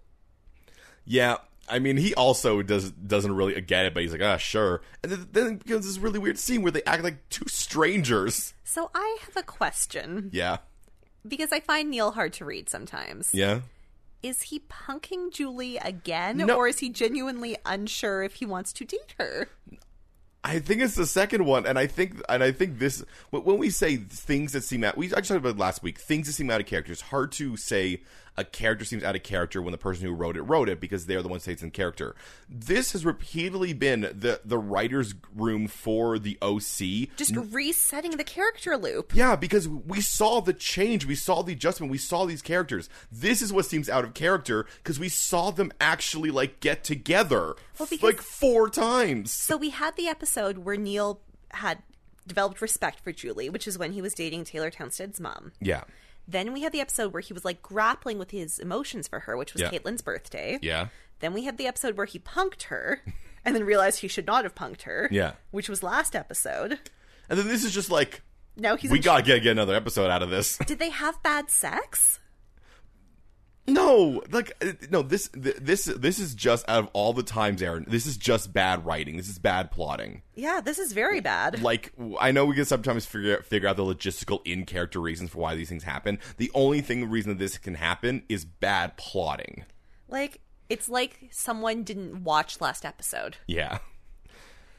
S1: Yeah, I mean, he also does doesn't really get it, but he's like, ah, sure. And then, then it becomes this really weird scene where they act like two strangers.
S2: So I have a question,
S1: Yeah,
S2: because I find Neil hard to read sometimes.
S1: yeah.
S2: Is he punking Julie again,
S1: No.
S2: or is he genuinely unsure if he wants to date her?
S1: I think it's the second one, and I think and I think this wh- when we say things that seem out, we actually talked about it last week. Things that seem out of character. It's hard to say a character seems out of character when the person who wrote it wrote it because they're the ones that it's in character. This has repeatedly been the the writers' room for the OC.
S2: Just resetting the character loop.
S1: Yeah, because we saw the change, we saw the adjustment, we saw these characters. This is what seems out of character because we saw them actually like get together
S2: Well,
S1: f-
S2: because-
S1: like four times.
S2: So we had the episode where Neil had developed respect for Julie, which is when he was dating Taylor Townstead's mom.
S1: Yeah,
S2: Then we had the episode where he was like grappling with his emotions for her, which was
S1: Yeah.
S2: Caitlin's birthday.
S1: yeah,
S2: Then we had the episode where he punked her and then realized he should not have punked her.
S1: Yeah.
S2: Which was last episode.
S1: and then this is just like
S2: Now he's
S1: we
S2: in-
S1: gotta get, get another episode out of this.
S2: Did they have bad sex?
S1: no, like uh, no, this th- this this is just out of all the times, Aaron. This is just bad writing. This is bad plotting.
S2: Yeah, this is very bad.
S1: like w- I know we can sometimes figure out, figure out the logistical in character reasons for why these things happen. The only thing reason that this can happen is bad plotting.
S2: Like It's like someone didn't watch last episode.
S1: Yeah.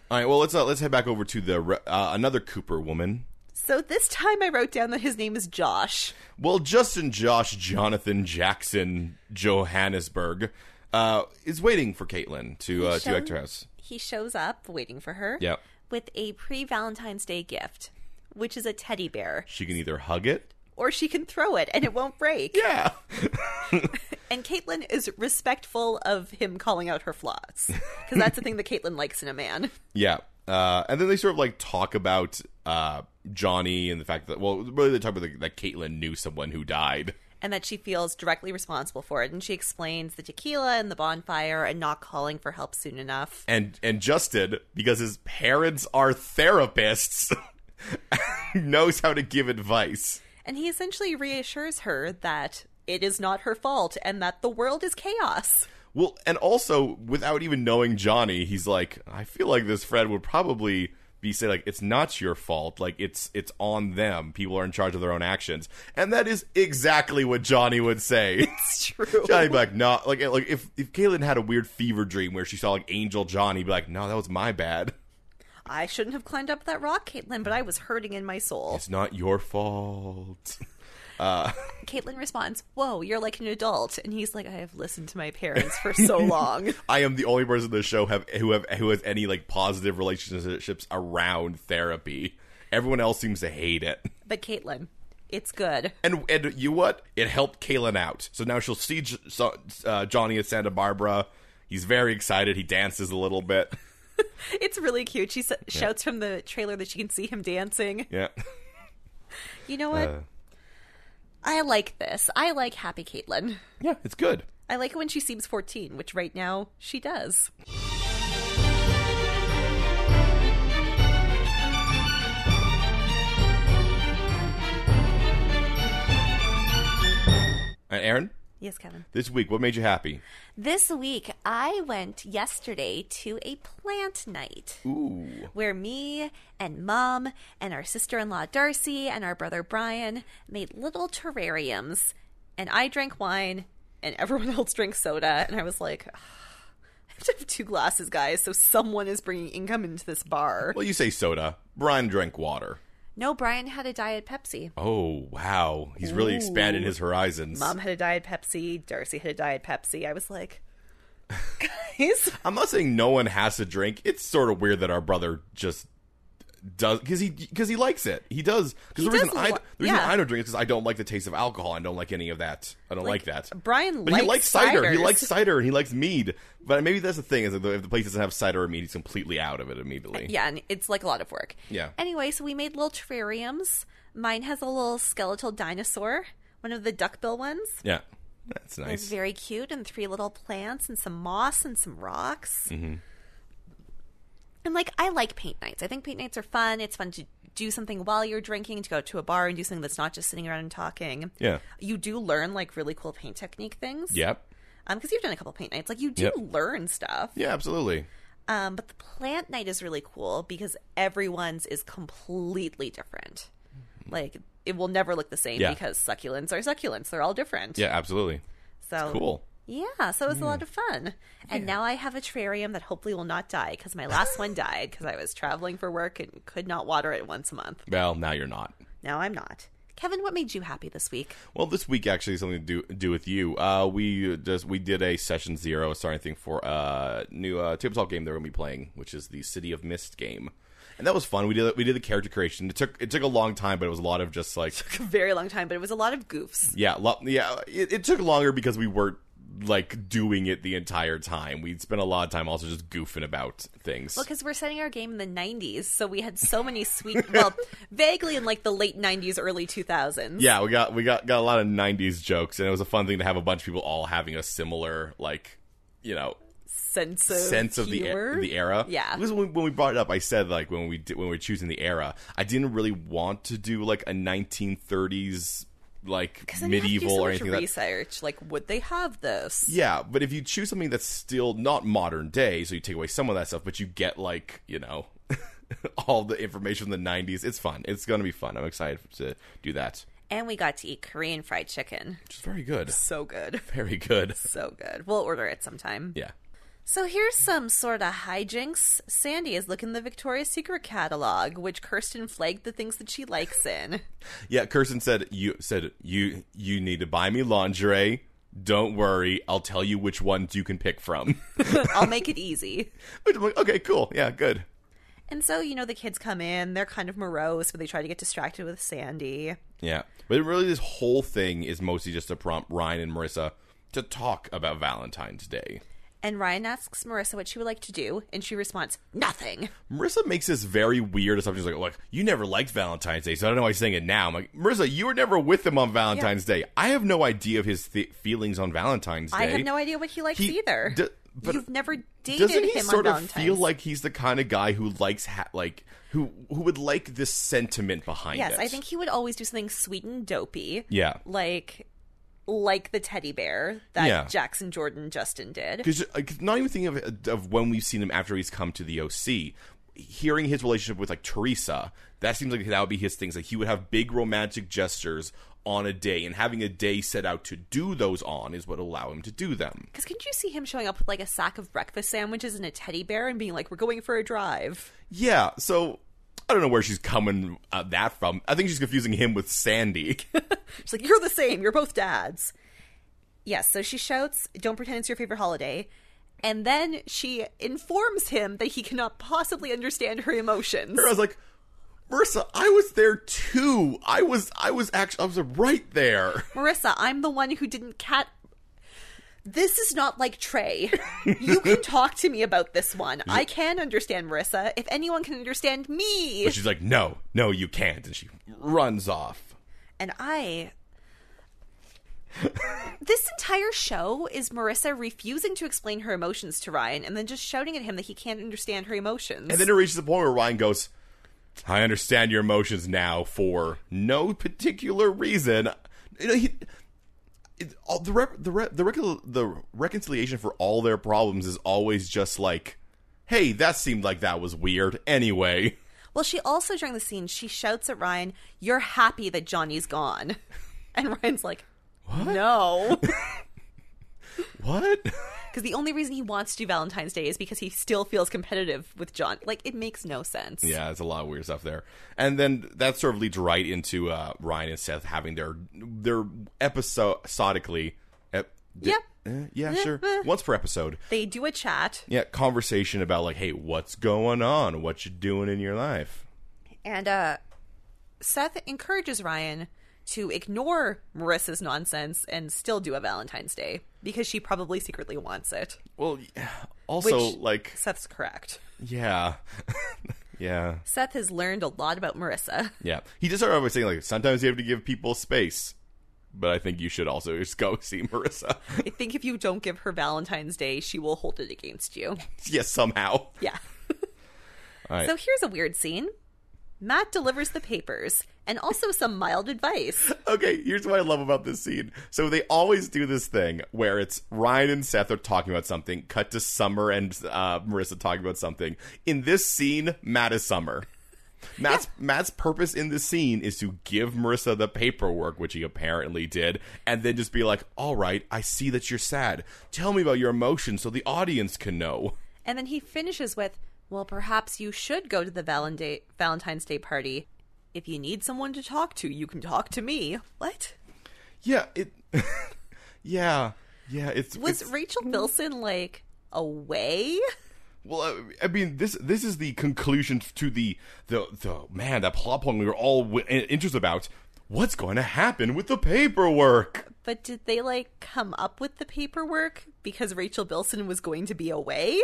S1: All right. Well, let's uh, let's head back over to the re- uh, another Cooper woman.
S2: So this time I wrote down that his name is Josh.
S1: Well, Justin, Josh, Jonathan, Jackson, Johannesburg uh, is waiting for Caitlin to uh, to
S2: shows-
S1: enter house.
S2: He shows up waiting for her
S1: Yep.
S2: with a pre Valentine's Day gift, which is a teddy bear,
S1: She can either hug it.
S2: or she can throw it and it won't break.
S1: Yeah.
S2: And Caitlin is respectful of him calling out her flaws because that's the thing that Caitlin likes in a man.
S1: Yeah. Uh, and then they sort of like talk about uh, Johnny and the fact that well, really they talk about the, that Caitlin knew someone who died.
S2: and that she feels directly responsible for it. And she explains the tequila and the bonfire and not calling for help soon enough.
S1: and and Justin because his parents are therapists knows how to give advice.
S2: And he essentially reassures her that it is not her fault and that the world is chaos.
S1: Well, and also without even knowing Johnny, he's like, I feel like this friend would probably be say like it's not your fault, like it's it's on them. People are in charge of their own actions, and that is exactly what Johnny would say.
S2: It's true.
S1: Johnny would be like, no, like like if if Caitlin had a weird fever dream where she saw like Angel Johnny, be like, no, that was my bad.
S2: I shouldn't have climbed up that rock, Caitlin, but I was hurting in my soul.
S1: It's not your fault.
S2: Caitlin responds, Whoa, you're like an adult. And he's like, I have listened to my parents for so long.
S1: I am the only person in the show have who have who has any like positive relationships around therapy. Everyone else seems to hate it.
S2: But Caitlin, it's good.
S1: And and you what? It helped Kaylin out. So now she'll see J- so- uh, Johnny at Santa Barbara. He's very excited. He dances a little bit.
S2: It's really cute. She s- shouts from the trailer that she can see him dancing.
S1: Yeah.
S2: You know what?
S1: Uh.
S2: I like this. I like happy Caitlin.
S1: Yeah, it's good.
S2: I like it when she seems 14, which right now she does.
S1: And Uh, Aaron,
S2: Yes, Kevin.
S1: this week, what made you happy?
S2: This week, I went yesterday to a plant night
S1: Ooh.
S2: where me and mom and our sister in law Darcy and our brother Brian made little terrariums. And I drank wine and everyone else drank soda. And I was like, I have to have two glasses, guys. So someone is bringing income into this bar.
S1: Well, you say soda. Brian drank water.
S2: No, Brian had a Diet Pepsi.
S1: Oh wow, he's really expanded his horizons.
S2: Mom had a diet Pepsi. Darcy had a diet Pepsi. I was like, guys,
S1: I'm not saying no one has to drink. It's sort of weird that our brother just does because he because he likes it. He does because the
S2: does
S1: reason I
S2: li-
S1: the reason
S2: yeah.
S1: I don't drink is 'cause I don't like the taste of alcohol. I don't like any of that. I don't like, that.
S2: Brian
S1: But
S2: likes,
S1: he likes cider. He
S2: ciders.
S1: likes cider and he likes mead. But maybe that's the thing is that if the place doesn't have cider or mead, he's completely out of it immediately.
S2: Uh, Yeah, and it's like a lot of work.
S1: Yeah.
S2: Anyway, so we made little terrariums. Mine has a little skeletal dinosaur, one of the duckbill ones.
S1: Yeah. that's
S2: It's
S1: nice.
S2: very cute, and three little plants, and some moss, and some rocks. Mm-hmm. And like, I like paint nights. I think paint nights are fun. It's fun to do something while you're drinking, to go to a bar and do something that's not just sitting around and talking.
S1: Yeah.
S2: you do learn like really cool paint technique things.
S1: Yep.
S2: Um, because you've done a couple paint nights, like you do
S1: Yep.
S2: learn stuff.
S1: Yeah, absolutely.
S2: Um, but the plant night is really cool because everyone's is completely different. Like it will never look the same
S1: Yeah.
S2: because succulents are succulents; they're all different.
S1: Yeah, absolutely.
S2: So
S1: Cool.
S2: Yeah, so it was a lot of fun. And now I have a terrarium that hopefully will not die because my last one died because I was traveling for work and could not water it once a month.
S1: Well, now you're not.
S2: Now I'm not. Kevin, what made you happy this week?
S1: Well, this week actually has something to do do with you. Uh, we just we did a session zero starting thing for uh new uh, tabletop game they're going to be playing, which is the City of Mist game, and that was fun. We did we did the character creation. It took it took a long time, but it was a lot of just like
S2: A very long time, but it was a lot of goofs.
S1: yeah, lo- yeah. It, it took longer because we weren't like doing it the entire time. We'd spent a lot of time also just goofing about things.
S2: Well, because we're setting our game in the 90s, so we had so many sweet, well, vaguely in like the late 90s, early 2000s.
S1: yeah, we got we got got a lot of '90s jokes, and it was a fun thing to have a bunch of people all having a similar like you know
S2: Sense of,
S1: sense of the
S2: humor.
S1: e- the era.
S2: Yeah.
S1: because when, when we brought it up, I said like when we did, when we were choosing the era, I didn't really want to do like a 1930s like
S2: Because then you have to do
S1: medieval
S2: so
S1: or
S2: much
S1: anything. Like that.
S2: research. Like, would they have this?
S1: Yeah, but if you choose something that's still not modern day, so you take away some of that stuff, but you get like you know all the information from the 90s. It's fun. It's gonna be fun. I'm excited to do that.
S2: and we got to eat Korean fried chicken.
S1: which is very good.
S2: So good.
S1: Very good.
S2: So good. We'll order it sometime.
S1: Yeah.
S2: So here's some sort of hijinks. Sandy is looking the Victoria's Secret catalog, which Kirsten flagged the things that she likes in.
S1: Yeah, Kirsten said you said you you need to buy me lingerie. Don't worry, I'll tell you which ones you can pick from.
S2: I'll make it easy.
S1: Which I'm like, okay, cool. Yeah, good.
S2: And so, you know, the kids come in, they're kind of morose, but they try to get distracted with Sandy.
S1: Yeah. But really this whole thing is mostly just to prompt Ryan and Marissa to talk about Valentine's Day.
S2: And Ryan asks Marissa what she would like to do, and she responds, Nothing.
S1: Marissa makes this very weird assumption. She's like, look, you never liked Valentine's Day, so I don't know why he's saying it now. I'm like, Marissa, you were never with him on Valentine's Day. I have no idea of his th- feelings on Valentine's Day.
S2: I have no idea what he likes
S1: He-
S2: either.
S1: d- but
S2: You've never dated
S1: doesn't he
S2: him
S1: sort
S2: on
S1: of
S2: Valentine's.
S1: feel like he's the kind of guy who likes ha- like who who would like this sentiment behind
S2: Yes,
S1: it?
S2: I think he would always do something sweet and dopey.
S1: Yeah.
S2: Like like the teddy bear that
S1: Yeah.
S2: Jackson Jordan Justin did.
S1: because uh, not even thinking of uh, of when we've seen him after he's come to the OC. Hearing his relationship with like Teresa, that seems like that would be his things. Like he would have big romantic gestures on a day, and having a day set out to do those on is what allow him to do them.
S2: Because could you see him showing up with like a sack of breakfast sandwiches and a teddy bear and being like, "We're going for a drive."
S1: Yeah, so I don't know where she's coming uh, that from. I think she's confusing him with Sandy.
S2: She's like, "You're the same. You're both dads." Yes. So she shouts, "Don't pretend it's your favorite holiday," and then she informs him that he cannot possibly understand her emotions.
S1: I was like, Marissa, I was there too. I was, I was actually, I was right there.
S2: Marissa, I'm the one who didn't cat. This is not like Trey. You can talk to me about this one. I can understand Marissa. If anyone can understand me,
S1: But she's like, no, no, you can't, and she runs off.
S2: and I. this entire show is Marissa refusing to explain her emotions to Ryan and then just shouting at him that he can't understand her emotions.
S1: And then it reaches the point where Ryan goes, I understand your emotions now for no particular reason. You know, he, it, all, the, rep, the, re, the, recon- the reconciliation for all their problems is always just like, hey, that seemed like that was weird anyway.
S2: well, she also, during the scene, she shouts at Ryan, You're happy that Johnny's gone. And Ryan's like, No.
S1: What?
S2: Because the only reason he wants to do Valentine's Day is because he still feels competitive with John. Like, it makes no sense.
S1: Yeah, it's a lot of weird stuff there. And then that sort of leads right into uh, Ryan and Seth having their their episodically. Ep-
S2: Yep.
S1: eh, yeah, sure. Once per episode.
S2: They do a chat,
S1: Yeah, conversation about like, hey, what's going on? What you doing in your life?
S2: and uh, Seth encourages Ryan to ignore Marissa's nonsense and still do a Valentine's Day because she probably secretly wants it.
S1: Well, also
S2: Which-
S1: like,
S2: Seth's correct.
S1: yeah, yeah,
S2: Seth has learned a lot about Marissa.
S1: yeah. He just started always saying like, sometimes you have to give people space, but I think you should also just go see Marissa.
S2: I think if you don't give her Valentine's Day, she will hold it against you.
S1: yes, somehow.
S2: Yeah.
S1: right.
S2: So here's a weird scene. Matt delivers the papers and also some mild advice.
S1: Okay, here's what I love about this scene. So they always do this thing where it's Ryan and Seth are talking about something, cut to Summer and uh, Marissa talking about something. In this scene, Matt is Summer. Matt's Matt's purpose in this scene is to give Marissa the paperwork, which he apparently did, and then just be like, "All right, I see that you're sad. Tell me about your emotions so the audience can know."
S2: And then he finishes with, Well, perhaps you should go to the Valenda- Valentine's Day party. If you need someone to talk to, you can talk to me. What?
S1: Yeah, it. yeah, yeah. It's
S2: Was
S1: it's-
S2: Rachel Bilson like away?
S1: Well, I, I mean, this this is the conclusion to the the the man that plot point we were all w- interested about. What's going to happen with the paperwork?
S2: But did they like come up with the paperwork because Rachel Bilson was going to be away?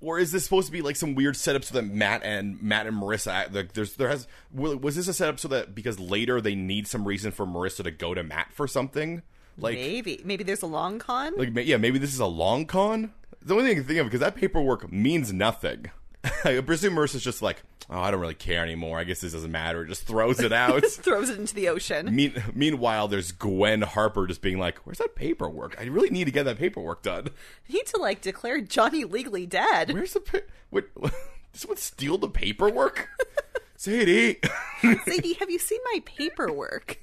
S1: Or is this supposed to be like some weird setup so that Matt and Matt and Marissa like there's there has well, was this a setup so that because later they need some reason for Marissa to go to Matt for something like
S2: Maybe. Maybe there's a long con?
S1: like ma- yeah maybe this is a long con. The only thing I can think of because that paperwork means nothing. I presume Marissa's just like oh I don't really care anymore. I guess this doesn't matter. Just throws it out.
S2: Throws it into the ocean.
S1: Mean, meanwhile, there's Gwen Harper just being like, "Where's that paperwork? I really need to get that paperwork done.
S2: Need to like declare Johnny legally dead.
S1: Where's the pa- what? Did someone steal the paperwork? eh? Sadie.
S2: Sadie, have you seen my paperwork?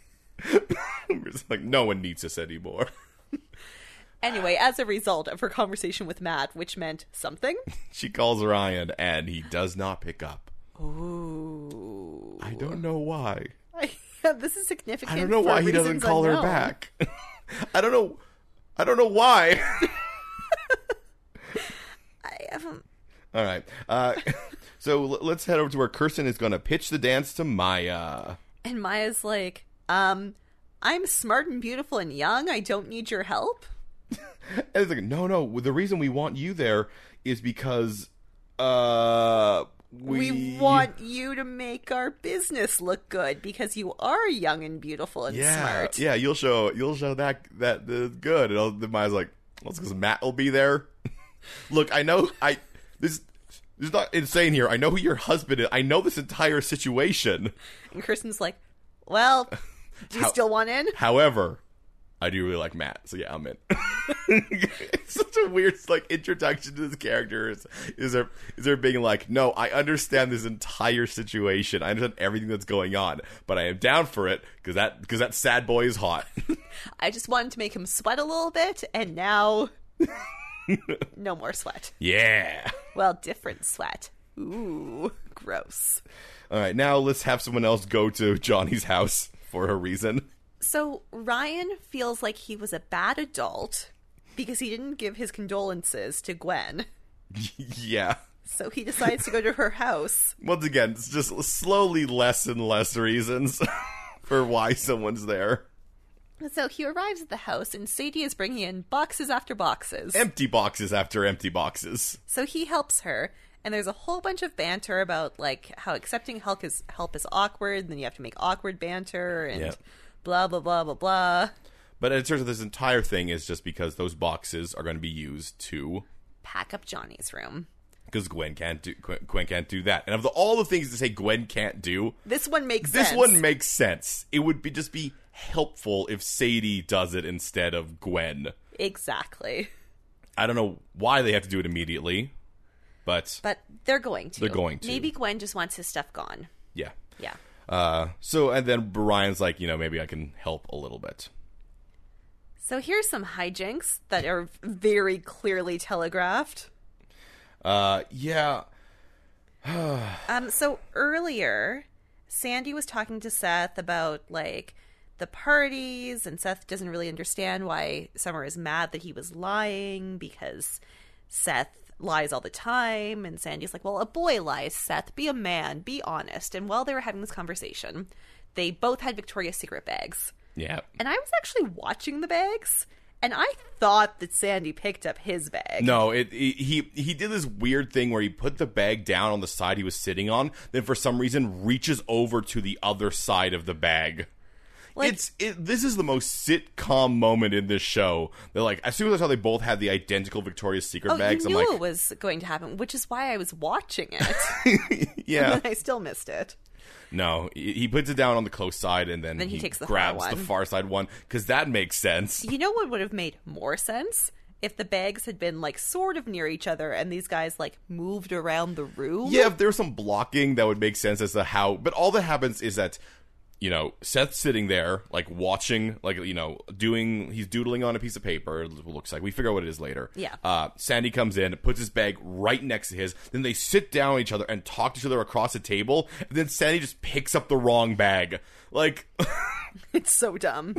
S1: it's like no one needs us anymore.
S2: Anyway, as a result of her conversation with Matt, which meant something.
S1: She calls Ryan and he does not pick up.
S2: Ooh.
S1: I don't know why.
S2: this is significant.
S1: I don't know
S2: for
S1: why he doesn't
S2: reasons
S1: call her
S2: unknown.
S1: back. I don't know. I don't know why.
S2: I, um,
S1: All right. Uh, so l- let's head over to where Kirsten is going to pitch the dance to Maya.
S2: and Maya's like, um, I'm smart and beautiful and young. I don't need your help.
S1: And it's like, no, no. The reason we want you there is because uh, we,
S2: We, want you to make our business look good because you are young and beautiful and
S1: yeah,
S2: smart.
S1: Yeah, you'll show you'll show that that the good. And I'll- then Maya's like, well, because Matt will be there. Look, I know I this. This is not insane here. I know who your husband is. I know this entire situation.
S2: And Kristen's like, well, do you
S1: How-
S2: still want in?
S1: However, I do really like Matt, so yeah, I'm in. it's such a weird like introduction to this character is is there is there being like, no, I understand this entire situation. I understand everything that's going on, but I am down for it because that because that sad boy is hot.
S2: I just wanted to make him sweat a little bit, and now no more sweat.
S1: yeah.
S2: Well, different sweat. Ooh, gross.
S1: All right, now let's have someone else go to Johnny's house for a reason.
S2: So Ryan feels like he was a bad adult because he didn't give his condolences to Gwen.
S1: yeah.
S2: So he decides to go to her house.
S1: Once again, it's just slowly less and less reasons for why someone's there.
S2: So he arrives at the house, and Sadie is bringing in boxes after boxes.
S1: Empty boxes after empty boxes.
S2: So he helps her, and there's a whole bunch of banter about like how accepting help is help is awkward, and then you have to make awkward banter and
S1: Yep.
S2: blah blah blah blah blah.
S1: But in terms of this entire thing, is just because those boxes are going to be used to
S2: Pack up Johnny's room.
S1: because Gwen can't do Gwen, Gwen can't do that. And of the, all the things to say Gwen can't do,
S2: This one makes
S1: this
S2: sense.
S1: one makes sense. It would be just be helpful if Sadie does it instead of Gwen.
S2: exactly.
S1: I don't know why they have to do it immediately, but
S2: But they're going to.
S1: They're going to.
S2: Maybe Gwen just wants his stuff gone.
S1: yeah.
S2: Yeah.
S1: Uh, so and then Brian's like, you know, maybe I can help a little bit.
S2: So here's some hijinks that are very clearly telegraphed.
S1: Uh, yeah,
S2: Um, so earlier, Sandy was talking to Seth about like the parties, and Seth doesn't really understand why Summer is mad that he was lying because Seth lies all the time. And Sandy's like, Well, a boy lies, Seth. Be a man, be honest. And while they were having this conversation, they both had Victoria's Secret bags.
S1: yeah.
S2: And I was actually watching the bags, and I thought that Sandy picked up his bag.
S1: No, it he he did this weird thing where he put the bag down on the side he was sitting on, then for some reason reaches over to the other side of the bag.
S2: Like-
S1: it's it, this is the most sitcom moment in this show. They're like, as soon as I saw they both had the identical Victoria's Secret
S2: Oh,
S1: bags,
S2: you
S1: I'm
S2: knew it
S1: like,
S2: was going to happen, which is why I was watching it.
S1: yeah,
S2: and I still missed it.
S1: no. He he puts it down on the close side, and then,
S2: Then he takes the far
S1: grabs the
S2: one.
S1: far side one because that makes sense.
S2: You know what would have made more sense? If the bags had been like sort of near each other and these guys like moved around the room.
S1: Yeah, if there was some blocking, that would make sense as to how. But all that happens is that, you know, Seth's sitting there, like watching, like you know, doing. He's doodling on a piece of paper. it Looks like we figure out what it is later.
S2: Yeah.
S1: Uh, Sandy comes in, puts his bag right next to his. Then they sit down on each other and talk to each other across the table. And then Sandy just picks up the wrong bag. Like,
S2: It's so dumb.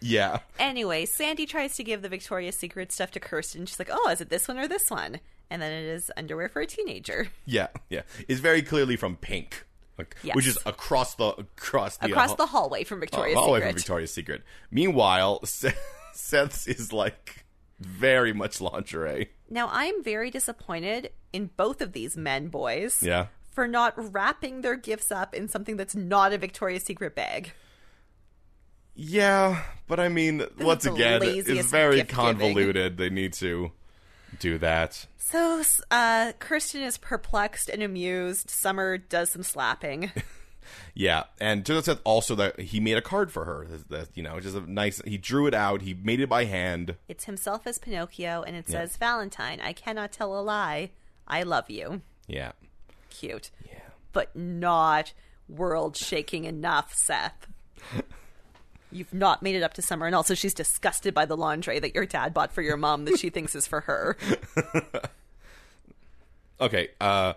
S1: yeah,
S2: anyway, Sandy tries to give the Victoria's Secret stuff to Kirsten. She's like, oh, is it this one or this one? And then it is underwear for a teenager.
S1: yeah, yeah. It's very clearly from Pink, like,
S2: Yes.
S1: which is across the across the
S2: Across
S1: uh,
S2: the hallway from Victoria's
S1: all the way
S2: Secret.
S1: from Victoria's Secret. Meanwhile, Seth, Seth's is like very much lingerie.
S2: now, I'm very disappointed in both of these men boys
S1: Yeah.
S2: for not wrapping their gifts up in something that's not a Victoria's Secret bag.
S1: Yeah, but I mean, once
S2: the
S1: again, it's
S2: laziest
S1: very
S2: gift giving.
S1: convoluted. They need to do that.
S2: So, s- uh, Kirsten is perplexed and amused. Summer does some slapping.
S1: Yeah, and turns out also that he made a card for her. That, that, you know, just a nice. He drew it out. He made it by hand.
S2: it's himself as Pinocchio, and it says, Valentine, I cannot tell a lie. I love you.
S1: Yeah,
S2: Cute.
S1: yeah.
S2: But not world shaking enough, Seth. You've not made it up to someone else. So she's disgusted by the laundry that your dad bought for your mom that she thinks is for her.
S1: Okay, uh,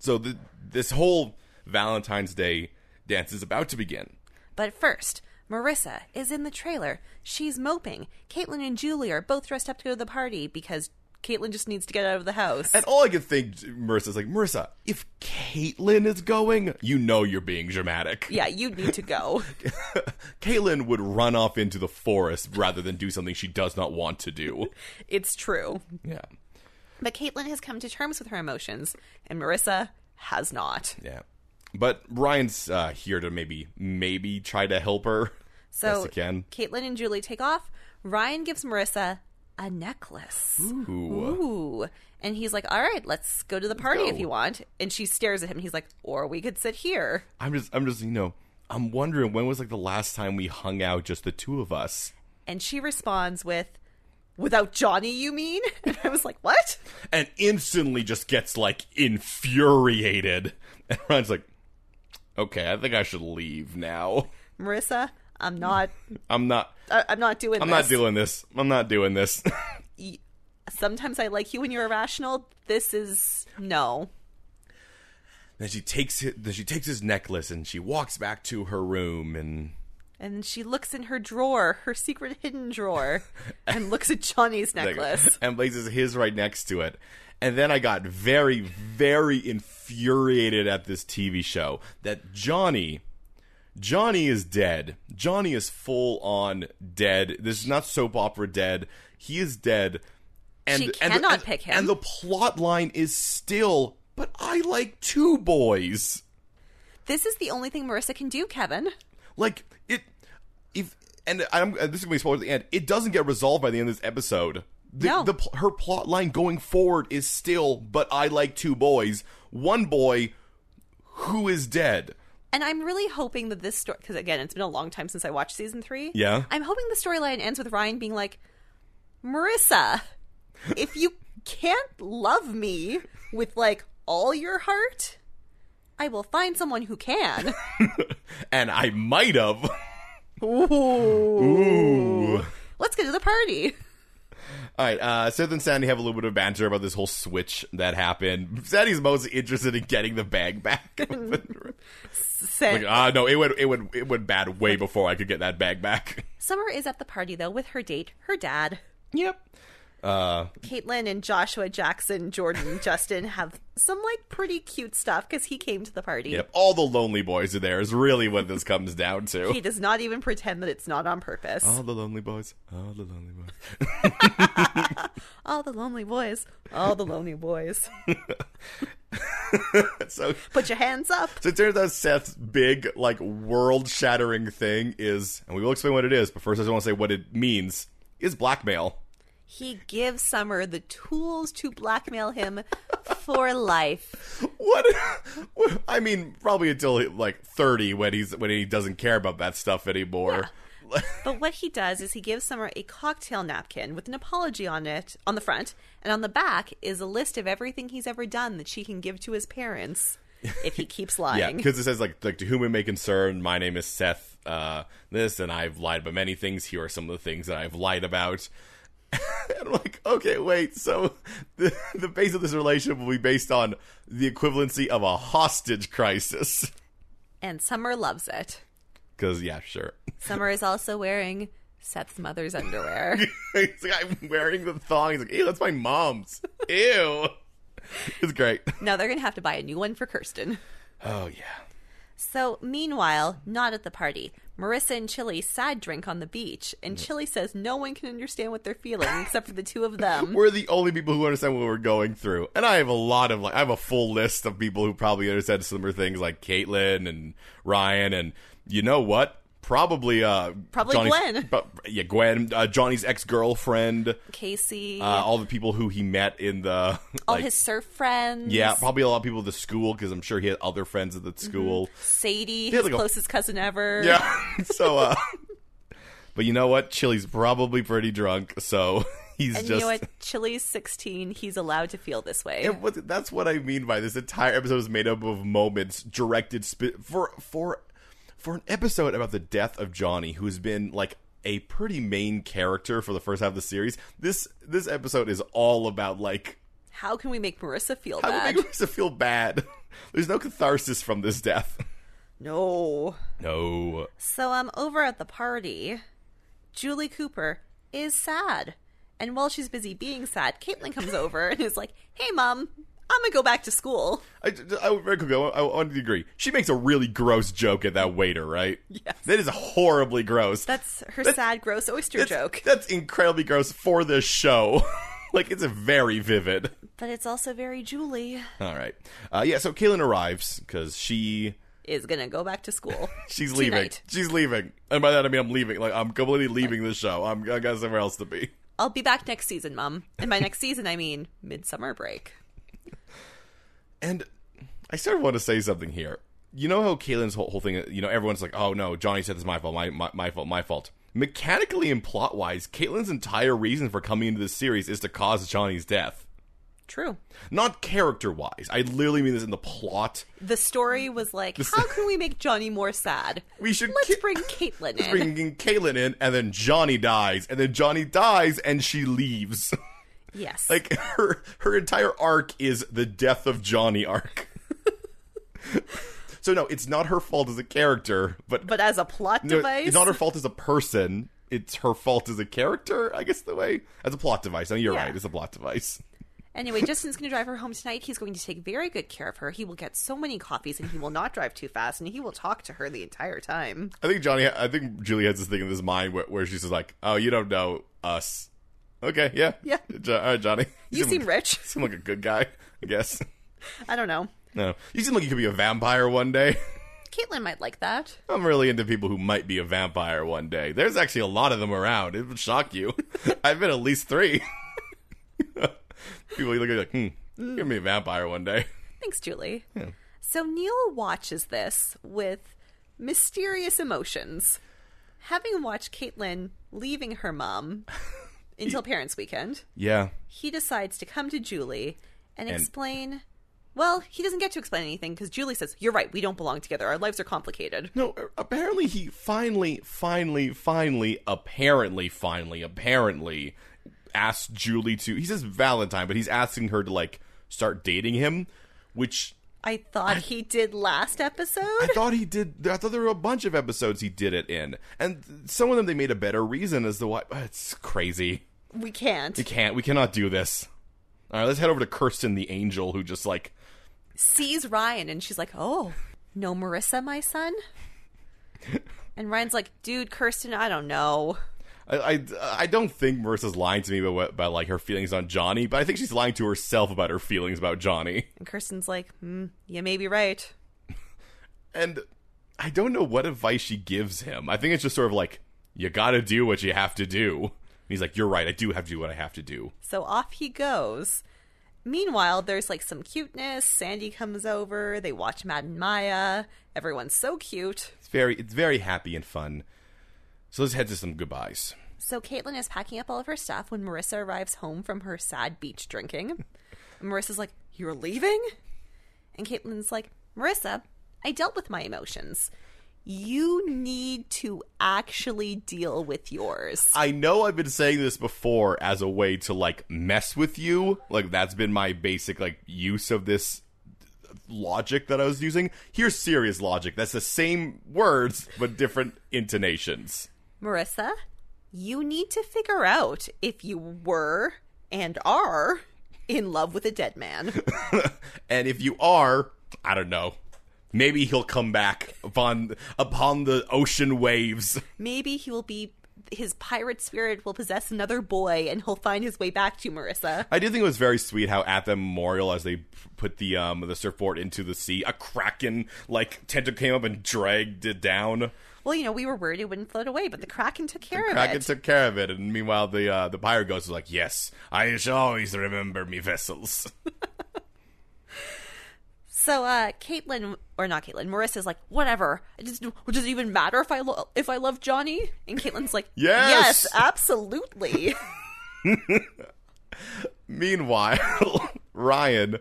S1: so the, this whole Valentine's Day dance is about to begin.
S2: But first, Marissa is in the trailer. She's moping. Caitlin and Julie are both dressed up to go to the party because Caitlin just needs to get out of the house.
S1: And all I could think, Marissa's like, Marissa, if Caitlyn is going, you know you're being dramatic.
S2: yeah, you need to go.
S1: Caitlyn would run off into the forest rather than do something she does not want to do.
S2: It's true.
S1: Yeah.
S2: But Caitlin has come to terms with her emotions, and Marissa has not.
S1: Yeah. But Ryan's uh, here to maybe, maybe try to help her.
S2: So
S1: Best he can.
S2: Caitlin and Julie take off. Ryan gives Marissa a necklace.
S1: Ooh.
S2: Ooh. And he's like, all right, let's go to the party if
S1: go.
S2: you want. And she stares at him. He's like, or we could sit here.
S1: I'm just, I'm just, you know, I'm wondering when was like the last time we hung out just the two of us?
S2: And she responds with, without Johnny, you mean? And I was like, what?
S1: and instantly just gets like infuriated. And Ryan's like, "Okay, I think I should leave now.
S2: Marissa, I'm not,
S1: I'm not.
S2: I- I'm not doing
S1: I'm
S2: this.
S1: not doing this. I'm not doing this."
S2: Sometimes I like you when you're irrational. This is, no.
S1: then she takes it. Then she takes his necklace and she walks back to her room. And
S2: And she looks in her drawer, her secret hidden drawer, and looks at Johnny's necklace.
S1: and places his right next to it. And then I got very, very infuriated at this TV show that Johnny. Johnny is dead. Johnny is full on dead. This is not soap opera dead. He is dead. And
S2: She
S1: and the-
S2: cannot
S1: and-
S2: pick him.
S1: And the plot line is still, but I like two boys.
S2: This is the only thing Marissa can do, Kevin.
S1: Like it, if and I'm and this is going to be spoiled at the end. It doesn't get resolved by the end of this episode. The,
S2: No.
S1: the pl- her plot line going forward is still, but I like two boys. One boy who is dead.
S2: And I'm really hoping that this story, because again, it's been a long time since I watched season three.
S1: Yeah.
S2: I'm hoping the storyline ends with Ryan being like, Marissa, if you can't love me with like all your heart, I will find someone who can.
S1: and I might have.
S2: Let's go to the party.
S1: All right, uh, Seth and Sandy have a little bit of banter about this whole switch that happened. Sandy's most interested in getting the bag back.
S2: Sen-
S1: like, ah, no, it went, it went, it went bad way before I could get that bag back.
S2: Summer is at the party though with her date, her dad.
S1: Yep. Uh,
S2: Caitlin and Joshua Jackson, Jordan, Justin have some like pretty cute stuff because he came to the party.
S1: yep. All the lonely boys are there. Is really what this comes down to.
S2: He does not even pretend that it's not on purpose.
S1: all the lonely boys. All the lonely boys.
S2: All the lonely boys, all the lonely boys.
S1: so,
S2: Put your hands up.
S1: so it turns out Seth's big, like, world-shattering thing is, and we will explain what it is, but first I just want to say what it means is blackmail.
S2: He gives Summer the tools to blackmail him for life.
S1: What? I mean, probably until like thirty, when he's when he doesn't care about that stuff anymore.
S2: But what he does is he gives Summer a cocktail napkin with an apology on it on the front, and on the back is a list of everything he's ever done that she can give to his parents if he keeps
S1: Yeah,
S2: lying.
S1: because it says like, like to whom it may concern. My name is Seth. Uh, this and I've lied about many things. Here are some of the things that I've lied about. and I'm like, okay, wait. So the the base of this relationship will be based on the equivalency of a hostage crisis.
S2: And Summer loves it.
S1: Because yeah, sure.
S2: Summer is also wearing Seth's mother's underwear.
S1: He's like, I'm wearing the thong. He's like, ew, that's my mom's. Ew. It's great.
S2: now they're going to have to buy a new one for Kirsten.
S1: Oh yeah.
S2: So, meanwhile, not at the party, Marissa and Chili sad drink on the beach, and Chili says no one can understand what they're feeling except for the two of them.
S1: we're the only people who understand what we're going through. And I have a lot of like I have a full list of people who probably understand similar things like Caitlin and Ryan and you know what? Probably uh
S2: Probably
S1: Johnny's-
S2: Gwen.
S1: but- yeah, Gwen, uh, Johnny's ex-girlfriend, uh,
S2: Casey,
S1: all the people who he met in the Uh,
S2: all
S1: like
S2: his surf friends.
S1: yeah, probably a lot of people at the school because I'm sure he had other friends at
S2: Mm-hmm.
S1: the school.
S2: Sadie,
S1: had
S2: his
S1: like a-
S2: closest cousin ever.
S1: Yeah. so uh but you know what? Chili's probably pretty drunk, so He's
S2: and
S1: just.
S2: you know what? Chili's 16. He's allowed to feel this way.
S1: It was, that's what I mean by this entire episode is made up of moments directed spe- for for for an episode about the death of Johnny, who's been like a pretty main character for the first half of the series. This this episode is all about like
S2: How can we make Marissa feel
S1: how
S2: bad?
S1: would make Marissa feel bad. There's no catharsis from this death.
S2: no.
S1: No.
S2: So I'm over at the party. Julie Cooper is sad. And while she's busy being sad, Caitlin comes over and is like, hey, mom, I'm going to go back to school.
S1: I, I, very quickly, I, I wanted to agree. She makes a really gross joke at that waiter, right?
S2: Yes.
S1: That is horribly gross.
S2: That's her sad, gross oyster
S1: That's-
S2: joke.
S1: That's incredibly gross for this show. like, it's a very vivid.
S2: But it's also very Julie
S1: All right. Uh, yeah, so Kaylin arrives because she
S2: is going to go back to school.
S1: she's leaving.
S2: Tonight.
S1: She's leaving. And by that, I mean I'm leaving. Like, I'm completely leaving the show. I'm, I got somewhere else to be.
S2: I'll be back next season, mom. And by next season, I mean midsummer break.
S1: And I sort of want to say something here. You know how Kaylin's whole, whole thing, you know, everyone's like, oh no, Johnny said this is my fault, my, my, my fault, my fault. Mechanically and plot wise, Caitlin's entire reason for coming into this series is to cause Johnny's death.
S2: True.
S1: Not character wise. I literally mean this in the plot.
S2: The story was like, how can we make Johnny more sad?
S1: We should
S2: Let's
S1: ki-
S2: bring Caitlin in.
S1: bringing Caitlin in, and then Johnny dies, and then Johnny dies, and she leaves.
S2: yes.
S1: like her her entire arc is the death of Johnny arc. so no, it's not her fault as a character, but,
S2: but as a plot
S1: no,
S2: device,
S1: it's not her fault as a person. It's her fault as a character, I guess the way as a plot device. I mean, you're
S2: Yeah.
S1: right; it's a plot device.
S2: Anyway, Justin's going to drive her home tonight. He's going to take very good care of her. He will get so many coffees and he will not drive too fast and he will talk to her the entire time.
S1: I think Johnny, I think Julie has this thing in his mind where, where she's just like, "Oh, you don't know us." Okay, yeah,
S2: Yeah.
S1: Jo- all right, Johnny,
S2: You seem rich.
S1: seem like a good guy, I guess.
S2: I don't know.
S1: No, you seem like you could be a vampire one day.
S2: Caitlin might like that.
S1: I'm really into people who might be a vampire one day. There's actually a lot of them around. It would shock you. I've been at least three. people look at you like, hmm, you're gonna be a vampire one day.
S2: Thanks, Julie. So Neil watches this with mysterious emotions. Having watched Caitlin leaving her mom until Parents' Weekend,
S1: Yeah.
S2: he decides to come to Julie and,
S1: And-
S2: explain. Well, he doesn't get to explain anything because Julie says, You're right, we don't belong together. Our lives are complicated.
S1: No, apparently he finally, finally, finally, apparently, finally, apparently asked Julie to. He says Valentine, but he's asking her to, like, start dating him, which
S2: I thought he did last episode.
S1: I thought he did. I thought there were a bunch of episodes he did it in. And some of them they made a better reason as to why. It's crazy.
S2: we can't.
S1: We can't. We cannot do this. All right, let's head over to Kirsten the Angel, who just like
S2: Sees Ryan and she's like, Oh, no Marissa, my son? and Ryan's like, Dude, Kirsten, I don't know.
S1: I I, I don't think Marissa's lying to me about, what- about like her feelings on Johnny, but I think she's lying to herself about her feelings about Johnny.
S2: And Kirsten's like, Hmm, you may be right.
S1: And I don't know what advice she gives him. I think it's just sort of like you got to do what you have to do. And he's like, "You're right. I do have to do what I have to do."
S2: So off he goes. Meanwhile, there's like some cuteness. Sandy comes over. They watch Mad and Maya. Everyone's so cute.
S1: It's very it's very happy and fun. So let's head to some goodbyes.
S2: So Caitlin is packing up all of her stuff when Marissa arrives home from her sad beach drinking. And Marissa's like, You're leaving? And Caitlin's like, Marissa, I dealt with my emotions. You need to actually deal with yours.
S1: I know I've been saying this before as a way to like mess with you. Like that's been my basic like use of this logic that I was using. Here's serious logic. That's the same words but different intonations.
S2: Marissa, you need to figure out if you were and are in love with a dead man.
S1: And if you are, I don't know. Maybe he'll come back upon upon the ocean waves.
S2: Maybe he will be his pirate spirit will possess another boy and he'll find his way back to Marissa.
S1: I do think it was very sweet how at the memorial, as they p- put the um the surfboard into the sea, a kraken like tentacle came up and dragged it down.
S2: Well, you know, we were worried it wouldn't float away, but the Kraken took care of
S1: Kraken
S2: it.
S1: took care of it, and meanwhile the uh, the pirate ghost was like, "Yes, I shall always remember me vessels."
S2: so, uh, Caitlin, or not Caitlin, Marissa's like, whatever. It just, does it even matter if I, lo- if I love Johnny? And Caitlin's like,
S1: Yes!
S2: yes absolutely.
S1: Meanwhile, Ryan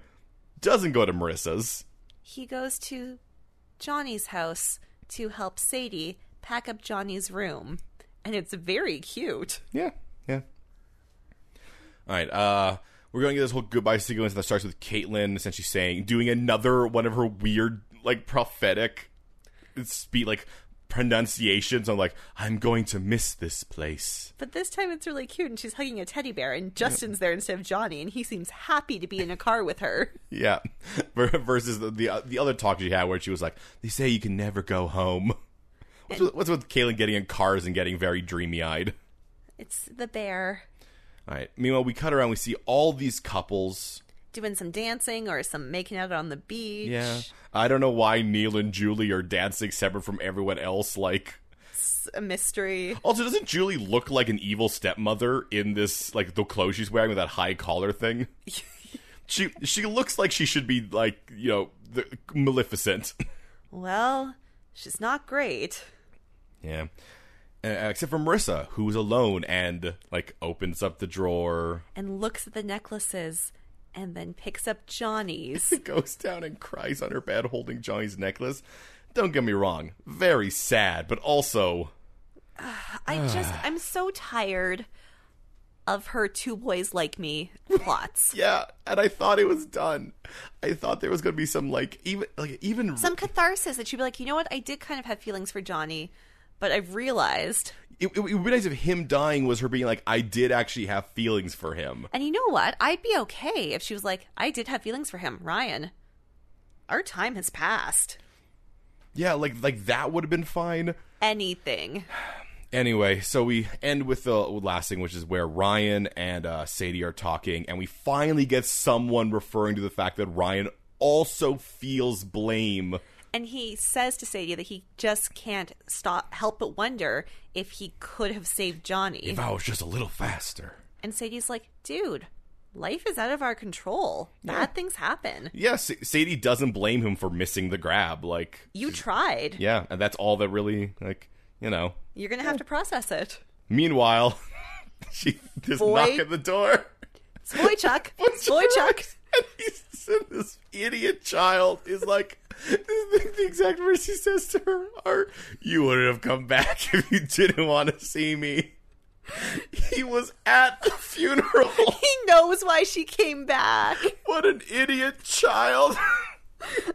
S1: doesn't go to Marissa's.
S2: He goes to Johnny's house to help Sadie pack up Johnny's room. And it's very cute.
S1: Yeah, yeah. All right, uh, we're going to get this whole goodbye sequence that starts with Caitlyn essentially saying, doing another one of her weird, like prophetic, speak like pronunciations. I'm like, I'm going to miss this place.
S2: But this time it's really cute, and she's hugging a teddy bear, and Justin's there instead of Johnny, and he seems happy to be in a car with her.
S1: Yeah, Ver- versus the the, the other talk she had where she was like, they say you can never go home. What's with, what's with Caitlyn getting in cars and getting very dreamy eyed?
S2: It's the bear
S1: All right. Meanwhile, we cut around. We see all these couples.
S2: doing some dancing or some making out on the beach.
S1: I don't know why Neil and Julie are dancing separate from everyone else. Like,
S2: It's a mystery.
S1: also, doesn't Julie look like an evil stepmother in this, like, the clothes she's wearing with that high collar thing? she she looks like she should be like, you know, the, Maleficent.
S2: Well, she's not great.
S1: yeah. Uh, except for Marissa, who's alone and like opens up the drawer,
S2: And looks at the necklaces and then picks up Johnny's.
S1: goes down and cries on her bed, holding Johnny's necklace. Don't get me wrong, very sad, but also
S2: I just, I'm so tired of her two boys like me plots.
S1: Yeah, and I thought it was done. I thought there was going to be some like even like even
S2: some catharsis that she'd be like, you know what? I did kind of have feelings for Johnny, but I've realized.
S1: it, it would be nice if him dying was her being like I did actually have feelings for him.
S2: And you know what? I'd be okay if she was like, I did have feelings for him, Ryan. Our time has passed.
S1: Yeah, like like that would have been fine.
S2: Anything.
S1: Anyway, so we end with the last thing, which is where Ryan and uh, Sadie are talking, and we finally get someone referring to the fact that Ryan also feels blame.
S2: And he says to Sadie that he just can't stop, help but wonder if he could have saved Johnny.
S1: If I was just a little faster.
S2: And Sadie's like, dude, life is out of our control. Bad things happen.
S1: Yes, Sadie doesn't blame him for missing the grab. Like
S2: You tried.
S1: Yeah, and that's all that really like you know.
S2: You're going to have to process it.
S1: Meanwhile, she just
S2: Boy.
S1: knock at the door.
S2: It's boy Chuck. It's boy
S1: Boy,
S2: Chuck.
S1: And he's, and this idiot child is like, this is the, the exact words he says to her are, "You wouldn't have come back if you didn't want to see me." He was at the funeral.
S2: He knows why she came back.
S1: What an idiot child!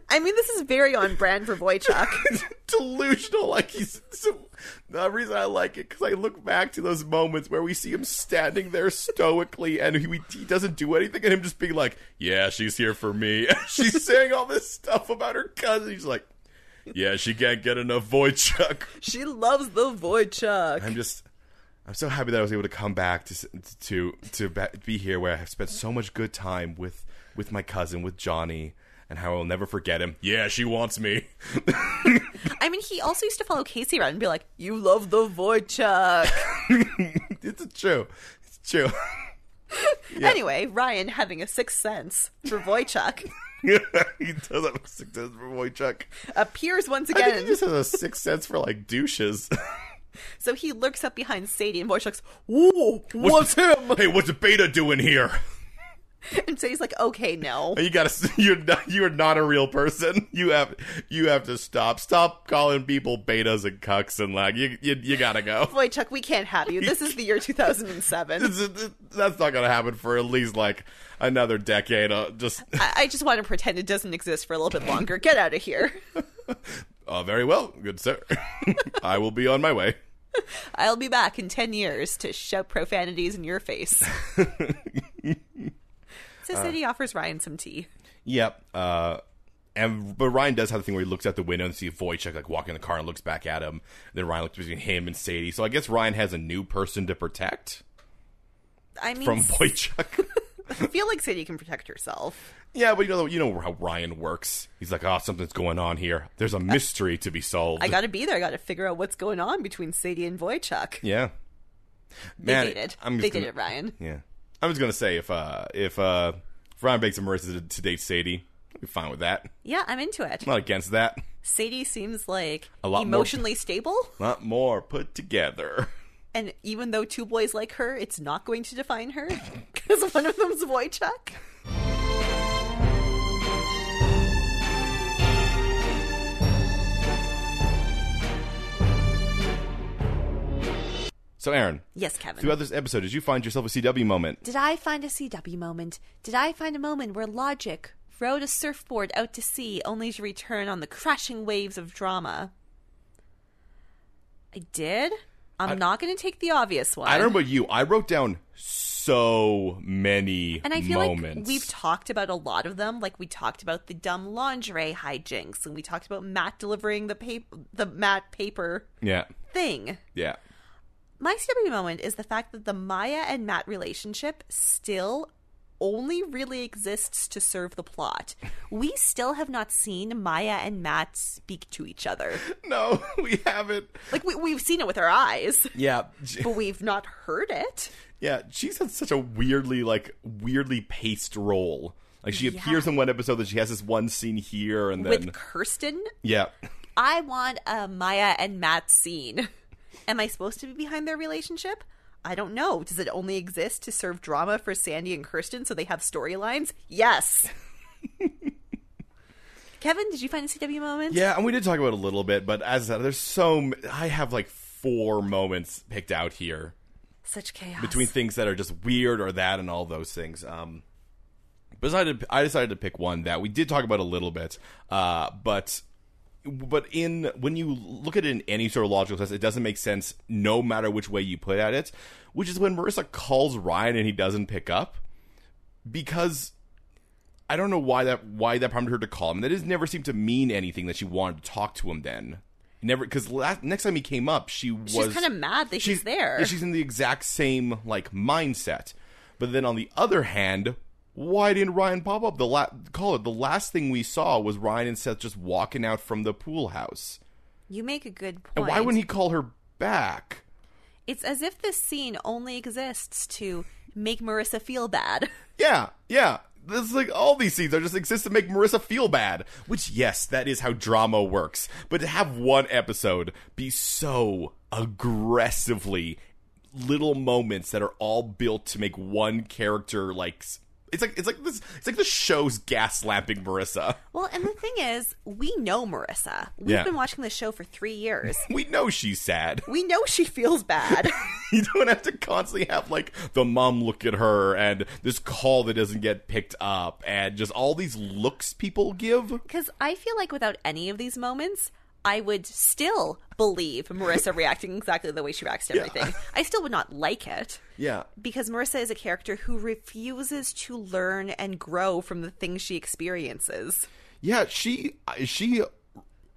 S2: I mean, this is very on brand for Boychuk.
S1: delusional. Like he's so, the reason I like it because I look back to those moments where we see him standing there stoically and he, he doesn't do anything, and him just being like, "Yeah, she's here for me." she's saying all this stuff about her cousin. He's like, "Yeah, she can't get enough Voychuk."
S2: she loves the Boychuk.
S1: I'm just. I'm so happy that I was able to come back to s- to to ba- be here where I have spent so much good time with with my cousin with Johnny and how I'll never forget him. Yeah, she wants me.
S2: I mean, he also used to follow Casey around and be like, "You love the Boychuk."
S1: it's true. It's true.
S2: Anyway, Ryan having a sixth sense for Boychuk
S1: he does have a sixth sense for Wojcik.
S2: appears once
S1: I think he
S2: again.
S1: just has a sixth sense for like douches.
S2: So he lurks up behind Sadie and Boychuk's, "Whoa, what's him?"
S1: Hey, what's the beta doing here?
S2: And Sadie's like, "Okay, no."
S1: You gotta. You're not. You are not a real person. You have. You have to stop. Stop calling people betas and cucks and like. You. You, you gotta go.
S2: Boychuk, we can't have you. This is the year 2007.
S1: This is- That's not gonna happen for at least like another decade. Uh, just.
S2: I, I just want to pretend it doesn't exist for a little bit longer. Get out of here.
S1: Uh, very well, good sir. I will be on my way.
S2: I'll be back in 10 years to shout profanities in your face. so
S1: Uh,
S2: Sadie offers Ryan some tea.
S1: Yep. Uh, and but Ryan does have the thing where he looks out the window and sees Voychuk like walking in the car and looks back at him. Then Ryan looks between him and Sadie. So I guess Ryan has a new person to protect
S2: I mean,
S1: from Voychuk.
S2: I feel like Sadie can protect herself.
S1: yeah, but you know you know how Ryan works. He's like, oh, something's going on here. There's a mystery to be solved.
S2: I gotta be there. I gotta figure out what's going on between Sadie and Voychuk.
S1: yeah.
S2: They
S1: Man,
S2: did it.
S1: I'm just
S2: They
S1: gonna-
S2: did it, Ryan.
S1: Yeah, I'm just gonna say if uh if uh if Ryan begs Marissa to, to date Sadie, I'd be fine with that.
S2: Yeah, I'm into it.
S1: I'm not against that.
S2: Sadie seems like
S1: lot more-
S2: emotionally stable.
S1: A lot more put together.
S2: And even though two boys like her, it's not going to define her because one of them's Wojciech.
S1: So, Aaron,
S2: Yes, Kevin.
S1: throughout this episode, did you find yourself a CW moment?
S2: Did I find a CW moment? Did I find a moment where logic rode a surfboard out to sea only to return on the crashing waves of drama? I did. I'm not going to take the obvious one.
S1: I don't know about you. I wrote down so many
S2: and I feel
S1: moments.
S2: like we've talked about a lot of them. Like we talked about the dumb lingerie hijinks, and we talked about Matt delivering the paper, the Matt paper
S1: yeah,
S2: thing.
S1: yeah.
S2: My CW moment is the fact that the Maya and Matt relationship still only really exists to serve the plot. We still have not seen Maya and Matt speak to each other.
S1: No, we haven't.
S2: Like we, we've seen it with our eyes,
S1: Yeah, j-
S2: but we've not heard it.
S1: yeah. She's had such a weirdly like weirdly paced role. Like she appears in one episode, then she has this one scene here, and then
S2: With Kirsten,
S1: yeah,
S2: I want a Maya and Matt scene. Am I supposed to be behind their relationship? I don't know. Does it only exist to serve drama for Sandy and Kirsten so they have storylines? Yes. Kevin, did you find a CW moment?
S1: yeah. And we did talk about it a little bit, but as I said, there's so m- I have like four moments picked out here.
S2: Such chaos.
S1: between things that are just weird or that and all those things. Um, but I decided, I decided to pick one that we did talk about a little bit, uh, but but in when you look at it in any sort of logical sense, it doesn't make sense no matter which way you put at it. Which is when Marissa calls Ryan and he doesn't pick up because I don't know why that why that prompted her to call him. That has never seemed to mean anything that she wanted to talk to him then. Never because next time he came up, she was
S2: She's kind of mad that he's there.
S1: yeah, she's in the exact same like mindset. But then on the other hand, why didn't Ryan pop up? The la- call it the last thing we saw was Ryan and Seth just walking out from the pool house.
S2: you make a good point.
S1: And why wouldn't he call her back?
S2: It's as if this scene only exists to make Marissa feel bad.
S1: Yeah, yeah. This is like all these scenes are just exist to make Marissa feel bad. Which yes, that is how drama works. But to have one episode be so aggressively little moments that are all built to make one character like s- it's like it's like this it's like the show's gaslamping Marissa.
S2: Well, and the thing is, we know Marissa. We've
S1: Yeah.
S2: been watching the show for three years.
S1: We know she's sad.
S2: We know she feels bad.
S1: you don't have to constantly have like the mom look at her and this call that doesn't get picked up and just all these looks people give.
S2: Because I feel like without any of these moments, I would still believe Marissa reacting exactly the way she reacts to everything. I still would not like it
S1: Yeah.
S2: because Marissa is a character who refuses to learn and grow from the things she experiences.
S1: Yeah, she she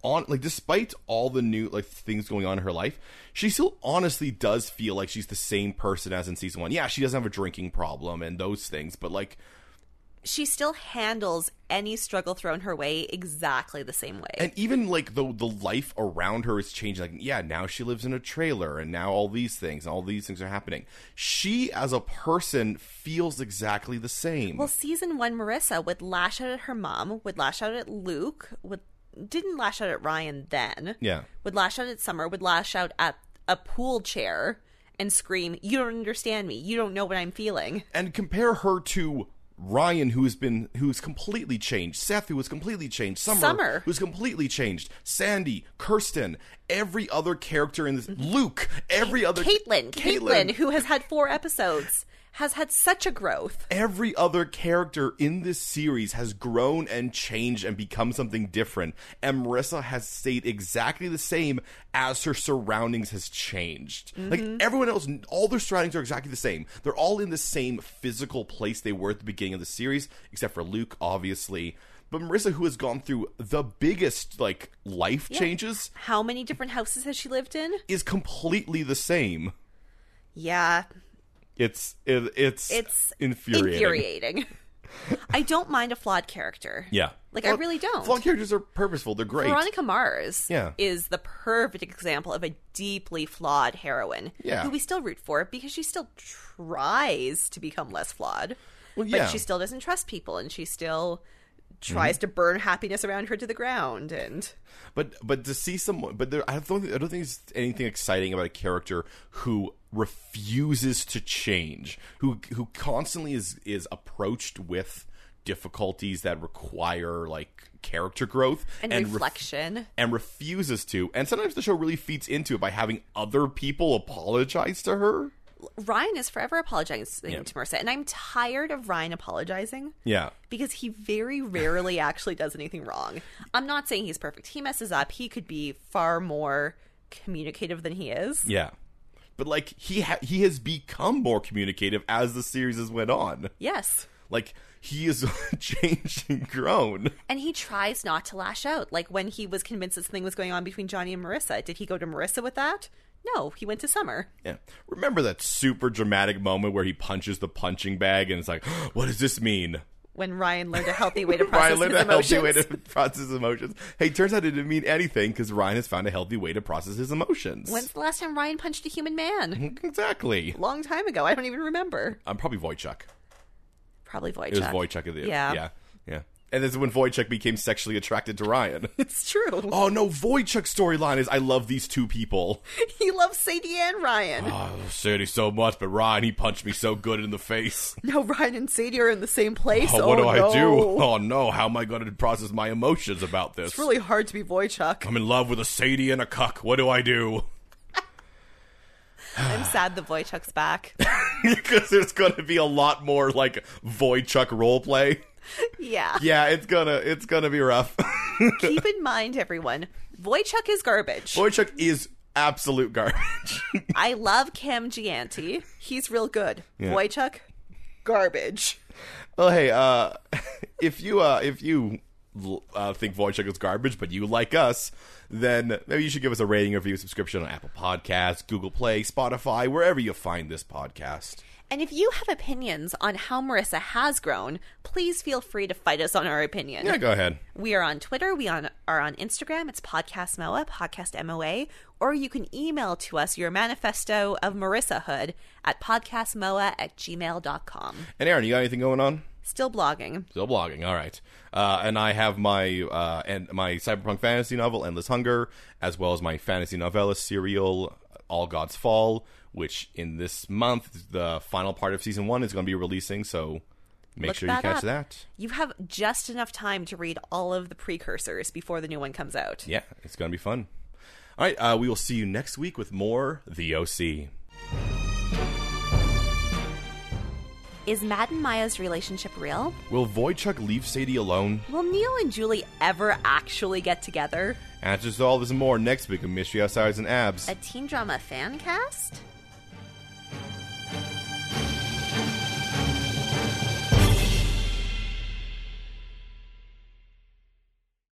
S1: on like despite all the new like things going on in her life, she still honestly does feel like she's the same person as in season 1. Yeah, she doesn't have a drinking problem and those things, but like
S2: She still handles any struggle thrown her way exactly the same way.
S1: and even like the the life around her is changing like yeah, now she lives in a trailer and now all these things and all these things are happening. She as a person feels exactly the same.
S2: Well, season one, Marissa would lash out at her mom, would lash out at Luke, would didn't lash out at Ryan then.
S1: Yeah.
S2: Would lash out at Summer, would lash out at a pool chair and scream, You don't understand me. You don't know what I'm feeling.
S1: and compare her to Ryan, who has been who's completely changed, Seth, who was completely changed, Summer,
S2: Summer.
S1: who's completely changed, Sandy, Kirsten, every other character in this, Luke, every other
S2: Caitlin, Caitlin, who has had four episodes, has had such a growth.
S1: every other character in this series has grown and changed and become something different, and Marissa has stayed exactly the same as her surroundings has changed. Like everyone else, all their surroundings are exactly the same. They're all in the same physical place they were at the beginning of the series, except for Luke, obviously. But Marissa, who has gone through the biggest like life changes,
S2: How many different houses has she lived in?
S1: is completely the same.
S2: Yeah.
S1: It's it, it's
S2: It's
S1: infuriating.
S2: infuriating. I don't mind a flawed character.
S1: Yeah,
S2: Like, I really don't.
S1: Flawed characters are purposeful. They're great.
S2: Veronica Mars
S1: Yeah.
S2: is the perfect example of a deeply flawed heroine
S1: Yeah.
S2: who we still root for because she still tries to become less flawed.
S1: Well,
S2: But
S1: yeah. Mm-hmm.
S2: she still doesn't trust people and she still tries to burn happiness around her to the ground and
S1: But but to see someone, but there, I don't think, I don't think there's anything exciting about a character who refuses to change, who who constantly is is approached with difficulties that require like character growth
S2: and,
S1: ref-
S2: reflection.
S1: and refuses to. And sometimes the show really feeds into it by having other people apologize to her.
S2: Ryan is forever apologizing
S1: Yeah.
S2: to Marissa, and I'm tired of Ryan apologizing
S1: Yeah.
S2: because he very rarely actually does anything wrong. I'm not saying he's perfect. He messes up. He could be far more communicative than he is.
S1: Yeah. But like he ha- he has become more communicative as the series has went on.
S2: Yes.
S1: Like he has changed and grown.
S2: And he tries not to lash out. Like when he was convinced that something was going on between Johnny and Marissa, did he go to Marissa with that? No, he went to Summer.
S1: Yeah. Remember that super dramatic moment where he punches the punching bag and it's like, what does this mean?
S2: When Ryan learned a healthy way to process
S1: Ryan learned
S2: his
S1: a healthy
S2: emotions.
S1: way to process emotions. Hey, turns out it didn't mean anything because Ryan has found a healthy way to process his emotions.
S2: When's the last time Ryan punched a human man?
S1: exactly.
S2: Long time ago. I don't even remember.
S1: I'm probably Wojciech.
S2: Probably Voychuk.
S1: It was Wojciech. at the-
S2: Yeah.
S1: Yeah. Yeah. And this is when Wojciech became sexually attracted to Ryan.
S2: It's true.
S1: oh no, Wojciech's storyline is I love these two people.
S2: He loves Sadie and Ryan.
S1: Oh, I love Sadie so much, but Ryan, he punched me so good in the face.
S2: No, Ryan and Sadie are in the same place.
S1: Oh, what do
S2: no.
S1: I do? Oh no, how am I going to process my emotions about this?
S2: It's really hard to be Voychuk.
S1: I'm in love with a Sadie and a cuck. What do I do?
S2: I'm sad the Voychuk's back.
S1: Because there's going to be a lot more like Voychuk roleplay.
S2: Yeah.
S1: Yeah, it's gonna it's gonna be rough.
S2: Keep in mind, everyone, Voychuk is garbage.
S1: Boychuk is absolute garbage.
S2: I love Cam Gianti. He's real good.
S1: Yeah.
S2: Voychuk, garbage.
S1: well, hey, uh, if you uh, if you l- uh, think Voychuk is garbage, but you like us, then maybe you should give us a rating, review, subscription on Apple Podcasts, Google Play, Spotify, wherever you find this podcast.
S2: And if you have opinions on how Marissa has grown, please feel free to fight us on our opinion.
S1: Yeah, go ahead.
S2: We are on Twitter. We on, are on Instagram. It's Podcast MOA, Podcast MOA. Or you can email to us your manifesto of Marissa Hood at podcastmoa at gmail.com.
S1: And Aaron, you got anything going on?
S2: Still blogging.
S1: Still blogging. All right. Uh, and I have my uh, and my cyberpunk fantasy novel, Endless Hunger, as well as my fantasy novella serial, All Gods Fall, which in this month, the final part of season one is going to be releasing. So make
S2: Look
S1: sure you
S2: that
S1: catch
S2: up.
S1: that.
S2: You have just enough time to read all of the precursors before the new one comes out.
S1: Yeah, it's going to be fun. All right. Uh, we will see you next week with more The OC.
S2: Is Matt and Maya's relationship real?
S1: Will Voychuk leave Sadie alone?
S2: Will Neil and Julie ever actually get together?
S1: Answers to all this and more next week on Mystery Outsiders and Abs.
S2: A teen drama fan cast?